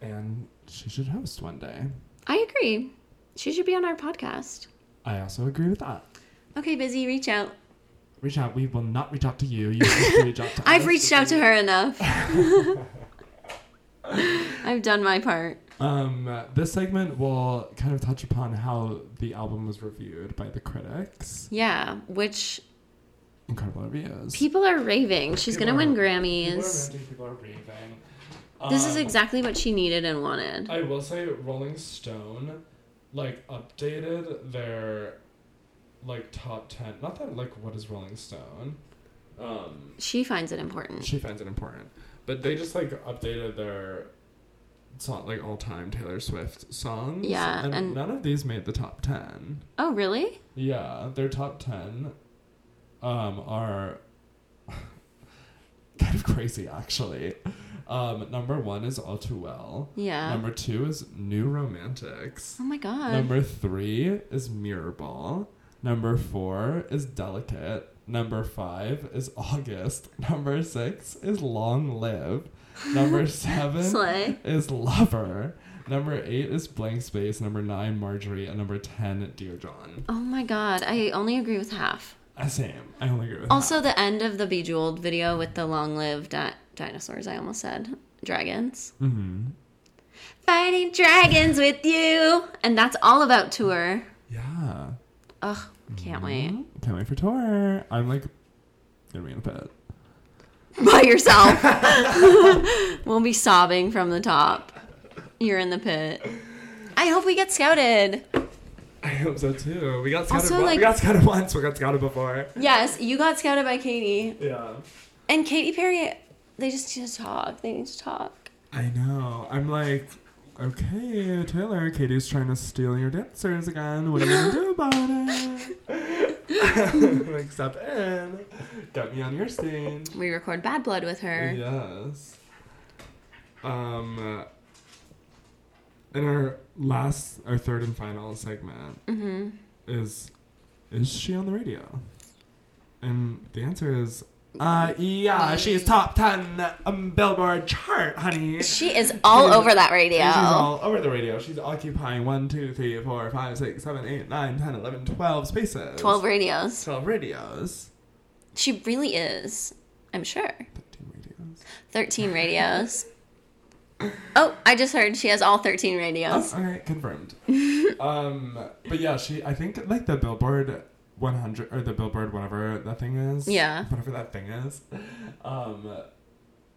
Speaker 1: And she should host one day.
Speaker 2: I agree. She should be on our podcast.
Speaker 1: I also agree with that.
Speaker 2: Okay, Busy, reach out.
Speaker 1: Reach out. We will not reach out to you. You have to reach out to
Speaker 2: I've
Speaker 1: us.
Speaker 2: reached out to her enough. I've done my part.
Speaker 1: Um, this segment will kind of touch upon how the album was reviewed by the critics.
Speaker 2: Yeah, which
Speaker 1: Incredible reviews.
Speaker 2: people are raving. She's going to
Speaker 1: People are- People are
Speaker 2: win Grammys.
Speaker 1: ranting, people are raving.
Speaker 2: This is
Speaker 1: Um,
Speaker 2: exactly what she needed and wanted.
Speaker 1: I will say Rolling Stone like updated their like top 10. Not that like what is Rolling Stone? Um
Speaker 2: She finds it important.
Speaker 1: she finds it important. But they just like updated their song like all-time Taylor Swift songs.
Speaker 2: Yeah,
Speaker 1: and,
Speaker 2: and-
Speaker 1: none of these made the top 10.
Speaker 2: Oh, really?
Speaker 1: Yeah, their top 10 um are kind of crazy actually. Um, number one is All Too Well.
Speaker 2: Yeah.
Speaker 1: Number two is New Romantics.
Speaker 2: Oh my god.
Speaker 1: Number three is Mirror Ball. Number four is Delicate. Number five is August. Number six is Long Live. Number seven
Speaker 2: Slay.
Speaker 1: is Lover. Number eight is Blank Space. Number nine, Marjorie. And number ten, Dear John.
Speaker 2: Oh my god. I only agree with half.
Speaker 1: Uh, Same. I only agree with
Speaker 2: Also,
Speaker 1: that.
Speaker 2: the end of the Bejeweled video with the long-lived di- dinosaurs. I almost said dragons.
Speaker 1: Mhm.
Speaker 2: Fighting dragons with you, and that's all about tour.
Speaker 1: Yeah.
Speaker 2: Ugh, can't wait.
Speaker 1: Mhm. Can't wait for tour. I'm like gonna be in a pit. Mm-hmm.
Speaker 2: By yourself. we'll be sobbing from the top. You're in the pit. I hope we get scouted.
Speaker 1: I hope so too. We got
Speaker 2: scouted Also, on- we like- got
Speaker 1: scouted once. We got scouted before.
Speaker 2: Yes, you got scouted by Katie.
Speaker 1: Yeah.
Speaker 2: And Katy Perry, they just need to talk. They need to talk.
Speaker 1: I know. I'm like, okay, Taylor, Katie's trying to steal your dancers again. What are you gonna do about it? like, step in. Get me on your stage.
Speaker 2: We record Bad Blood with her.
Speaker 1: Yes. Um. In our last, our third and final segment,
Speaker 2: hmm
Speaker 1: is is she on the radio? And the answer is uh yeah, she's top ten um, Billboard chart, honey. She's
Speaker 2: She is all over that radio.
Speaker 1: all over the radio. She's occupying one, two, three, four, five, six, seven, eight, nine, ten, eleven, twelve spaces.
Speaker 2: 12 radios.
Speaker 1: 12 radios.
Speaker 2: She really is, I'm sure.
Speaker 1: Thirteen radios.
Speaker 2: 13 radios. Oh, I just heard she has all 13 radios.
Speaker 1: Oh, okay, confirmed. um but yeah, she I think like the Billboard 100 or the Billboard whatever that thing is.
Speaker 2: Yeah.
Speaker 1: Whatever that thing is. Um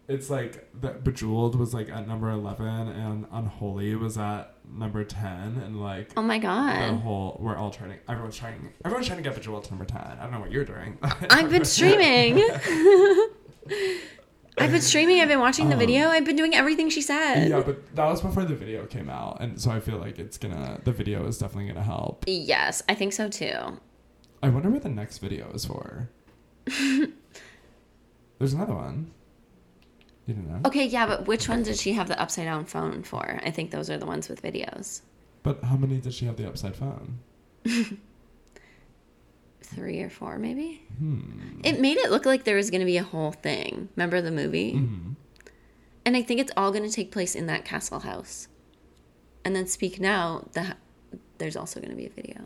Speaker 1: it's like the Bejeweled was like at number 11 and Unholy was at number 10 and like
Speaker 2: Oh my
Speaker 1: the
Speaker 2: god.
Speaker 1: whole we're all trying everyone's trying everyone's trying to get Bejeweled to number 10. I don't know what you're doing.
Speaker 2: I've been streaming. I've been streaming. I've been watching the
Speaker 1: Um,
Speaker 2: video. I've been doing everything she said.
Speaker 1: Yeah, but that was before the video came out, and so I feel like it's gonna. The video is definitely gonna help.
Speaker 2: Yes, I think so too.
Speaker 1: I wonder what the next video is for. There's another one. You didn't know?
Speaker 2: Okay, yeah, but which ones did she have the upside down phone for? I think those are the ones with videos.
Speaker 1: But how many did she have the upside phone?
Speaker 2: Three or four, maybe?
Speaker 1: Hmm.
Speaker 2: It made it look like there was going to be a whole thing. Remember the movie?
Speaker 1: Mhm.
Speaker 2: And I think it's all going to take place in that castle house. And then Speak Now, the, there's also going to be a video.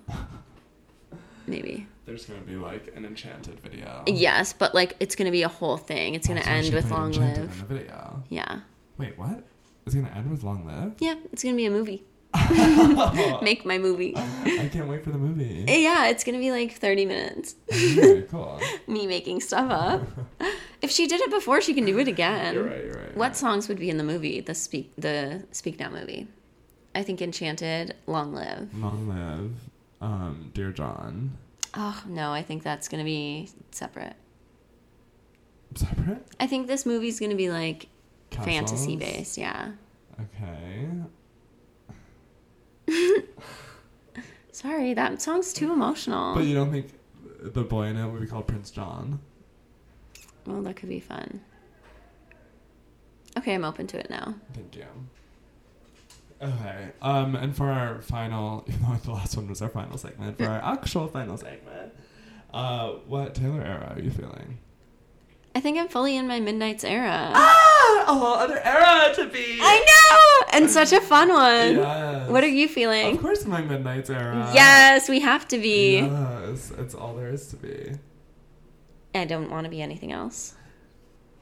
Speaker 2: Maybe.
Speaker 1: There's gonna be like an enchanted video.
Speaker 2: Yes, but like it's going to be a whole thing. It's going
Speaker 1: Oh. That's
Speaker 2: to
Speaker 1: why she
Speaker 2: end with
Speaker 1: played
Speaker 2: Long
Speaker 1: Enchanted
Speaker 2: Live.
Speaker 1: In the video.
Speaker 2: Yeah.
Speaker 1: Wait, what? It's gonna end with Long Live?
Speaker 2: Yeah, it's going to be a movie. Make my movie.
Speaker 1: I can't wait for the movie.
Speaker 2: Yeah, it's going to be like 30 minutes.
Speaker 1: okay, cool.
Speaker 2: Me making stuff up. If she did it before, she can do it again.
Speaker 1: You're right. You're right.
Speaker 2: What songs would be in the movie, the Speak the Speak Now movie? I think Enchanted, Long Live.
Speaker 1: Long Live, um, Dear John.
Speaker 2: Oh no, I think that's gonna be separate.
Speaker 1: Separate.
Speaker 2: I think this movie's gonna be like fantasy
Speaker 1: Castles.
Speaker 2: based, yeah.
Speaker 1: Okay.
Speaker 2: Sorry, that song's too emotional.
Speaker 1: But you don't think the boy in it would be called Prince John?
Speaker 2: well, that could be fun. Okay, I'm open to it now.
Speaker 1: Thank you. Okay. Um, and for our final, even though the last one was our final segment, for our actual final segment, uh, what Taylor era are you feeling?
Speaker 2: I think I'm fully in my Midnight's era.
Speaker 1: Ah, a whole other era to be.
Speaker 2: I know, and such a fun one.
Speaker 1: Yes.
Speaker 2: What are you
Speaker 1: Of
Speaker 2: feeling?
Speaker 1: course, my Midnight's era.
Speaker 2: Yes, we have to be.
Speaker 1: Yes, it's all there is to be.
Speaker 2: I don't want to be anything else.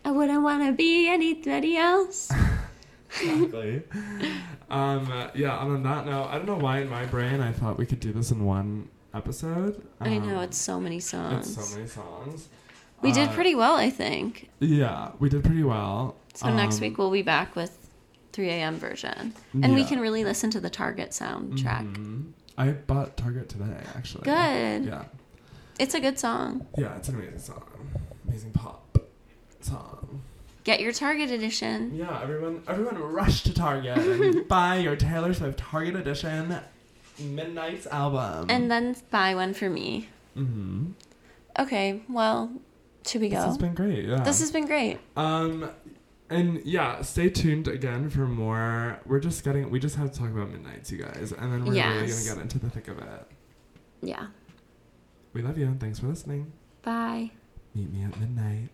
Speaker 2: I wouldn't want to be anybody else.
Speaker 1: Uh-huh. exactly. um, uh, yeah, and on that note, I don't know why in my brain I thought we could do this in one episode.
Speaker 2: I know
Speaker 1: Um,
Speaker 2: it's so many songs.
Speaker 1: it's so many songs.
Speaker 2: we did
Speaker 1: Uh,
Speaker 2: pretty well, I think.
Speaker 1: Yeah, we did pretty well.
Speaker 2: So next
Speaker 1: Um,
Speaker 2: week we'll be back with 3 a.m. version, and we
Speaker 1: yeah.
Speaker 2: can really listen to the Target soundtrack.
Speaker 1: mhm. I bought Target today, actually.
Speaker 2: Good.
Speaker 1: Mm-hmm. Yeah,
Speaker 2: It's a good song.
Speaker 1: yeah, it's an amazing song, amazing pop song.
Speaker 2: Get your Target edition.
Speaker 1: Yeah, everyone, everyone, rush to Target and buy your Taylor Swift Target edition Midnight's album.
Speaker 2: And then buy one for me.
Speaker 1: hmm
Speaker 2: Okay, well, should we
Speaker 1: this
Speaker 2: go?
Speaker 1: has been great. Yeah.
Speaker 2: this has been great.
Speaker 1: Um, And yeah, stay tuned again for more. We're just getting. We just have to talk about midnights, you guys, and then we're really
Speaker 2: Yes.
Speaker 1: gonna get into the thick of it.
Speaker 2: Yeah.
Speaker 1: We love you. and Thanks for listening.
Speaker 2: Bye.
Speaker 1: Meet me at midnight.